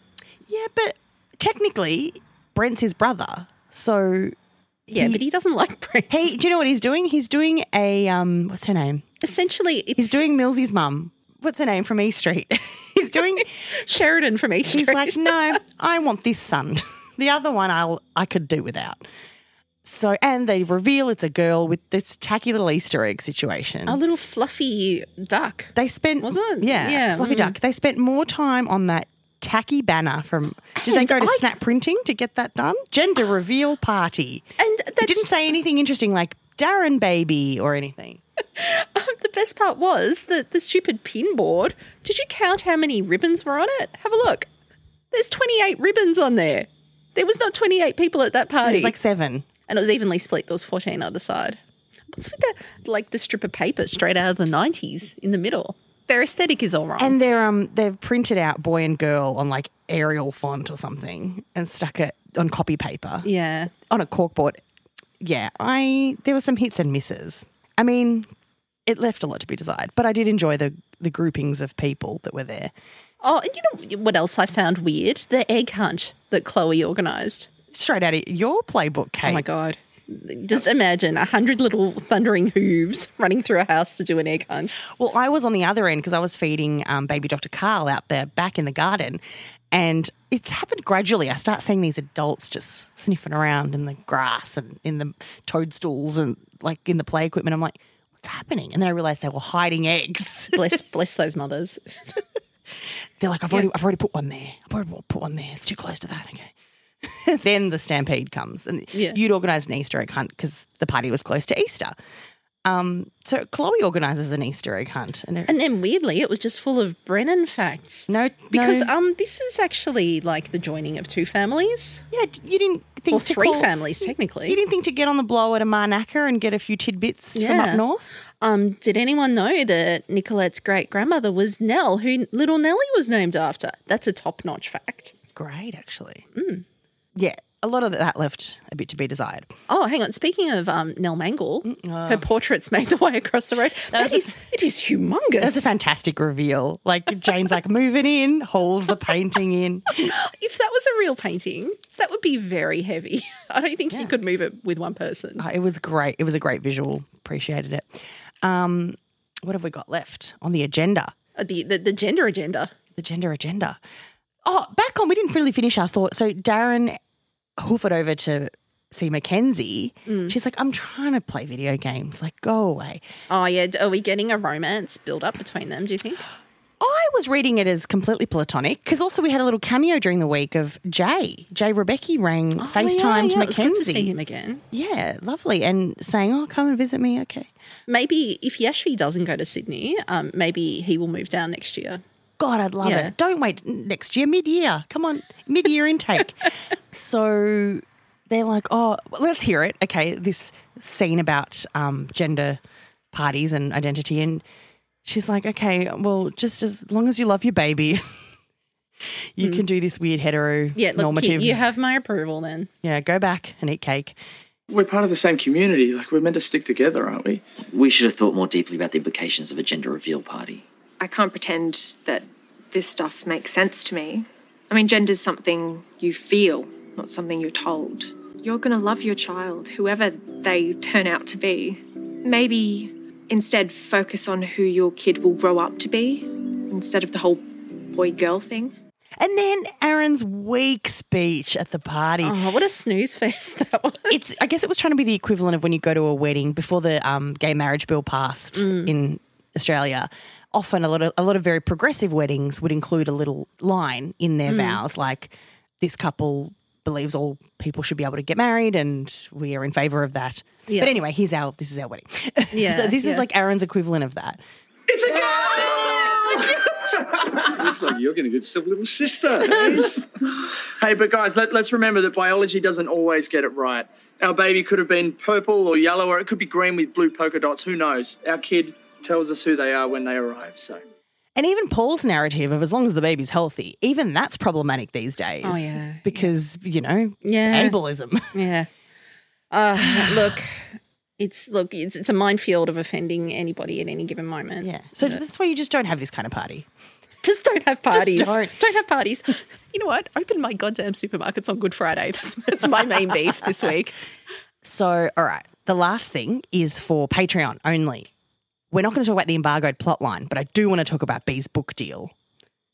Speaker 5: Yeah, but technically, Brent's his brother. So
Speaker 6: Yeah, but he doesn't like Brent.
Speaker 5: he, do you know what he's doing? He's doing a, um, what's her name?
Speaker 6: Essentially, it's
Speaker 5: He's doing Millsy's mum. What's her name from E Street? [LAUGHS] he's doing,
Speaker 6: Sheridan from East
Speaker 5: He's
Speaker 6: Street.
Speaker 5: like, no, I want this son. [LAUGHS] The other one I'll I could do without. So and they reveal it's a girl with this tacky little Easter egg situation.
Speaker 6: a little fluffy duck.
Speaker 5: they spent
Speaker 6: Oh, Was it?
Speaker 5: Yeah,
Speaker 6: Yeah,
Speaker 5: Fluffy
Speaker 6: mm.
Speaker 5: Duck. They spent more time on that tacky banner from did they
Speaker 6: And
Speaker 5: go to
Speaker 6: I-
Speaker 5: snap printing to get that done? Gender reveal party.
Speaker 6: And
Speaker 5: It
Speaker 6: that's
Speaker 5: didn't say anything interesting like Darren baby or anything.
Speaker 6: [LAUGHS] the best part was the, the stupid pin board. Did you count how many ribbons were on it? Have a look. There's 28 ribbons on there. There was not 28 people at that party.
Speaker 5: It's like seven.
Speaker 6: and it was evenly split. There was 14 either side. What's with that, like the strip of paper straight out of the 90s in the middle? Their aesthetic is all wrong.
Speaker 5: And they're um they've printed out boy and girl on like Arial font or something and stuck it on copy paper.
Speaker 6: yeah.
Speaker 5: on a corkboard. Yeah, I there were some hits and misses. I mean, it left a lot to be desired, but I did enjoy the the groupings of people that were there.
Speaker 6: Oh, and you know what else I found weird? The egg hunt that Chloe organised.
Speaker 5: Straight out of your playbook, Kate.
Speaker 6: Oh my god. Just imagine a hundred little thundering hooves running through a house to do an egg hunt.
Speaker 5: Well, I was on the other end because I was feeding um, baby Dr. Carl out there back in the garden, and it's happened gradually. I start seeing these adults just sniffing around in the grass and in the toadstools and like in the play equipment. I'm like, what's happening? And then I realised they were hiding eggs. [LAUGHS]
Speaker 6: Bless bless those mothers.
Speaker 5: They're like, I've already, I've already put one there. I've already put one there. It's too close to that. Okay. [LAUGHS] then the stampede comes, and
Speaker 6: Yeah.
Speaker 5: you'd organise an Easter egg hunt because the party was close to Easter. Um, so Chloe organises an Easter egg hunt, and,
Speaker 6: And then weirdly it was just full of Brennan facts.
Speaker 5: no,
Speaker 6: Because
Speaker 5: no,
Speaker 6: um this is actually like the joining of two families.
Speaker 5: yeah, you didn't think
Speaker 6: Or
Speaker 5: to
Speaker 6: three
Speaker 5: call-
Speaker 6: families technically.
Speaker 5: You didn't think to get on the blower to Marnacker and get a few tidbits from
Speaker 6: Yeah.
Speaker 5: up north.
Speaker 6: Um, did anyone know that Nicolette's great grandmother was Nell, who little Nellie was named after? That's a top notch fact.
Speaker 5: Great, actually.
Speaker 6: Mm.
Speaker 5: Yeah, a lot of that left a bit to be desired.
Speaker 6: Oh, hang on. Speaking of um, Nell Mangle,
Speaker 5: Mm, oh.
Speaker 6: her portrait's made the way across the road. That is, it is humongous.
Speaker 5: That's a fantastic reveal. Like Jane's like moving in, hauls the painting in.
Speaker 6: if that was a real painting, that would be very heavy. [LAUGHS] I don't think you could move it with one person.
Speaker 5: Uh, It was great. It was a great visual. Appreciated it. Um, what have we got left on the agenda?
Speaker 6: Uh, The, the the gender agenda.
Speaker 5: The gender agenda. Oh, back on. We didn't really finish our thought. So Darren hoovered over to see Mackenzie.
Speaker 6: Mm.
Speaker 5: She's like, "I'm trying to play video games. Like, go away."
Speaker 6: Oh yeah, d- are we getting a romance build up between them? Do you think?
Speaker 5: I was reading it as completely platonic because also we had a little cameo during the week of Jay. Jay Rebecca rang
Speaker 6: Oh,
Speaker 5: [GASPS] FaceTime to
Speaker 6: yeah, yeah, it was
Speaker 5: Mackenzie.
Speaker 6: good to see him again.
Speaker 5: Yeah, lovely. And saying, oh, come and visit me. Okay.
Speaker 6: Maybe if Yashvi doesn't go to Sydney, um, maybe he will move down next year.
Speaker 5: God, I'd love
Speaker 6: Yeah.
Speaker 5: it. Don't wait next year, mid year. Come on, mid year
Speaker 6: [LAUGHS]
Speaker 5: intake. so they're like, oh, well, let's hear it. Okay, this scene about um, gender parties and identity. And she's like, okay, well, just as long as you love your baby, [LAUGHS] you can do this weird hetero
Speaker 6: Hmm. Yeah, look,
Speaker 5: normative.
Speaker 6: kid, you have my approval then.
Speaker 5: yeah, go back and eat cake.
Speaker 3: We're part of the same community. Like, we're meant to stick together, aren't we?
Speaker 9: We should have thought more deeply about the implications of a gender reveal party.
Speaker 1: I can't pretend that this stuff makes sense to me. I mean, gender's something you feel, not something you're told. You're going to love your child, whoever they turn out to be. Maybe instead focus on who your kid will grow up to be instead of the whole boy girl thing.
Speaker 5: And then Aaron's weak speech at the party.
Speaker 6: Oh, what a snooze fest [LAUGHS] that was.
Speaker 5: it's I guess Uh-huh. it was trying to be the equivalent of when you go to a wedding before the um, gay marriage bill passed
Speaker 6: Mm.
Speaker 5: in Australia. Often a lot of a lot of very progressive weddings would include a little line in
Speaker 6: Mm.
Speaker 5: their vows like this couple believes all people should be able to get married and we are in favor of that.
Speaker 6: Yeah.
Speaker 5: But anyway, here's our this is our wedding. [LAUGHS]
Speaker 6: Yeah,
Speaker 5: so this
Speaker 6: yeah.
Speaker 5: is like Aaron's equivalent of that.
Speaker 3: It's a girl!
Speaker 10: Looks like you're going to get yourself a little sister. eh?
Speaker 3: [LAUGHS] hey, but guys, let, let's remember that biology doesn't always get it right. Our baby could have been purple or yellow, or it could be green with blue polka dots. Who knows? Our kid tells us who they are when they arrive, so.
Speaker 5: And even Paul's narrative of as long as the baby's healthy, even that's problematic these days.
Speaker 6: Oh, yeah, yeah.
Speaker 5: Because, you know,
Speaker 6: Yeah.
Speaker 5: ableism.
Speaker 6: Yeah. Uh, look, it's look, it's, it's a minefield of offending anybody at any given moment.
Speaker 5: Yeah. So that's why you just don't have this kind of party.
Speaker 6: Just don't have parties.
Speaker 5: don't.
Speaker 6: have parties. [GASPS] You know what? Open my goddamn supermarkets on Good Friday. [LAUGHS] That's that's my main beef this week.
Speaker 5: So, all right. The last thing is for Patreon only. We're not going to talk about the embargoed plotline, but I do want to talk about Bee's book deal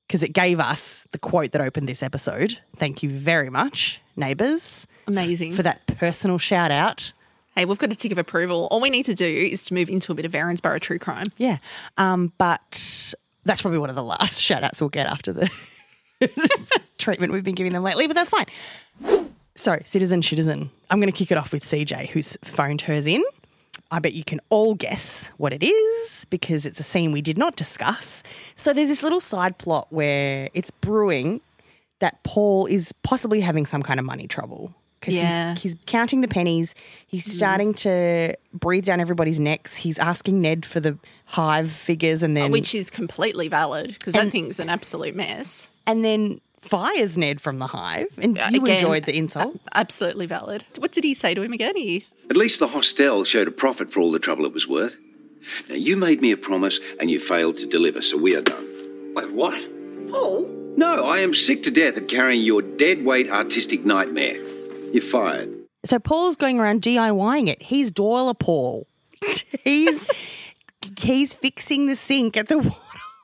Speaker 5: because it gave us the quote that opened this episode. Thank you very much, neighbours,
Speaker 6: Amazing.
Speaker 5: for that personal shout out.
Speaker 6: Hey, we've got a tick of approval. All we need to do is to move into a bit of Erinsborough true crime.
Speaker 5: Yeah. Um, but that's probably one of the last [LAUGHS] shout outs we'll get after the [LAUGHS] treatment we've been giving them lately, but that's fine. So, citizen, citizen, I'm going to kick it off with CJ, who's phoned hers in. I bet you can all guess what it is because it's a scene we did not discuss. So, there's this little side plot where it's brewing that Paul is possibly having some kind of money trouble because
Speaker 6: Yeah.
Speaker 5: he's, he's counting the pennies. He's
Speaker 6: Mm-hmm.
Speaker 5: starting to breathe down everybody's necks. He's asking Ned for the hive figures and then
Speaker 6: Which is completely valid because that thing's an absolute mess.
Speaker 5: and then fires Ned from the hive. And
Speaker 6: Yeah,
Speaker 5: you
Speaker 6: Uh, again, uh,
Speaker 5: enjoyed the insult.
Speaker 6: Absolutely valid. What did he say to him again? He,
Speaker 7: At least the hostel showed a profit for all the trouble it was worth. Now, you made me a promise and you failed to deliver, so we are done. Wait, what? Paul? No, I am sick to death of carrying your dead weight artistic nightmare. You're fired.
Speaker 5: So Paul's going around DIYing it. He's Doiler [LAUGHS] Paul. he's he's fixing the sink at the [LAUGHS] water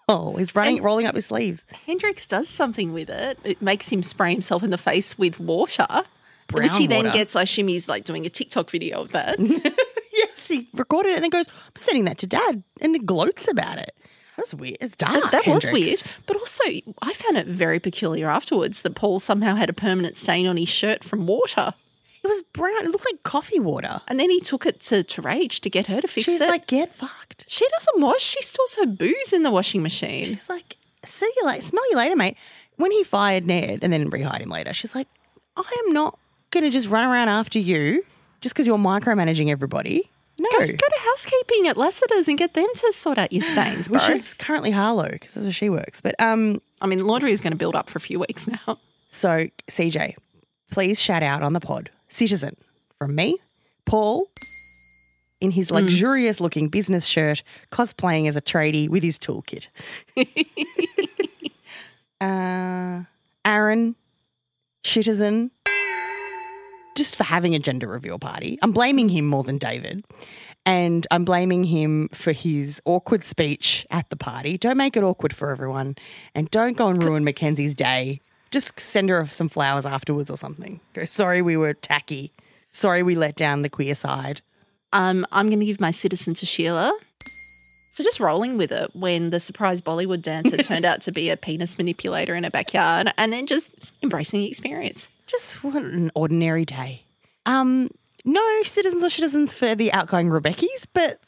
Speaker 5: hole. He's running, rolling up his sleeves.
Speaker 6: Hendrix does something with it. It makes him spray himself in the face with water, which he
Speaker 5: Brown
Speaker 6: then
Speaker 5: water.
Speaker 6: gets. I assume he's like doing a TikTok video of that.
Speaker 5: Yes, he recorded it and then goes, "I'm sending that to Dad," and he gloats about it. That's weird. It's dark.
Speaker 6: that was
Speaker 5: Hendrix.
Speaker 6: weird. But also, I found it very peculiar afterwards that Paul somehow had a permanent stain on his shirt from water.
Speaker 5: It was brown. It looked like coffee water.
Speaker 6: And then he took it to Terage to get her to fix
Speaker 5: She's
Speaker 6: it.
Speaker 5: like, "Get fucked."
Speaker 6: she doesn't wash. She stores her booze in the washing machine.
Speaker 5: She's like, see you later, smell you later, mate. When he fired Ned and then rehired him later, she's like, I am not going to just run around after you just because you're micromanaging everybody. No.
Speaker 6: Go, go to housekeeping at Lassiter's and get them to sort out
Speaker 5: [GASPS]
Speaker 6: your stains, bro.
Speaker 5: Which is currently Harlow because that's where she works. But um,
Speaker 6: I mean, laundry is going to build up for a few weeks now.
Speaker 5: so CJ, please shout out on the pod, citizen from me, Paul, in his luxurious-looking business shirt, cosplaying as a tradie with his toolkit. [LAUGHS] uh, Aaron, citizen, just for having a gender reveal party. I'm blaming him more than David. And I'm blaming him for his awkward speech at the party. Don't make it awkward for everyone. And don't go and ruin Mackenzie's day. Just send her some flowers afterwards or something. Go, sorry, we were tacky. Sorry, we let down the queer side.
Speaker 6: Um, I'm going to give my citizen to Sheila for just rolling with it when the surprise
Speaker 5: [LAUGHS]
Speaker 6: Bollywood dancer turned out to be a penis manipulator in her backyard and then just embracing the experience.
Speaker 5: Just what an ordinary day. Um, no citizens or citizens for the outgoing Rebecca's, but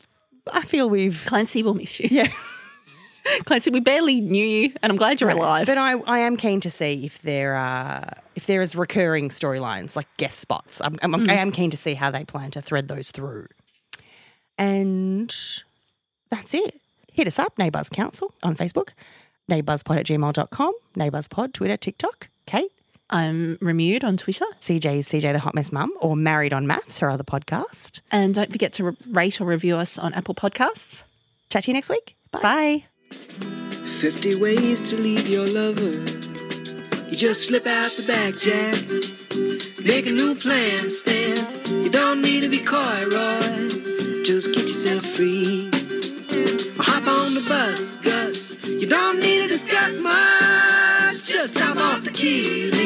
Speaker 5: I feel we've
Speaker 6: Clancy will miss you.
Speaker 5: Yeah.
Speaker 6: [LAUGHS] Clancy, we barely knew you, and I'm glad you're alive.
Speaker 5: But I, I am keen to see if there are if there is recurring storylines like guest spots. I'm, I'm, I am keen to see how they plan to thread those through. And that's it. Hit us up, Neighbours Council on Facebook, neighbourspod at gmail.com, neighbourspod, Twitter, TikTok, Kate.
Speaker 6: I'm Remude on Twitter.
Speaker 5: CJ's CJ the Hot Mess Mum or Married on Maps, her other podcast.
Speaker 6: And don't forget to re- rate or review us on Apple Podcasts.
Speaker 5: Chat to you next week. Bye.
Speaker 6: Bye.
Speaker 11: 50 ways to leave your lover. You just slip out the back, Jack. Make a new plan, Stan. You don't need to be coy, Roy. Just get yourself free. Or hop on the bus, Gus. You don't need to discuss much. Just drop off the key.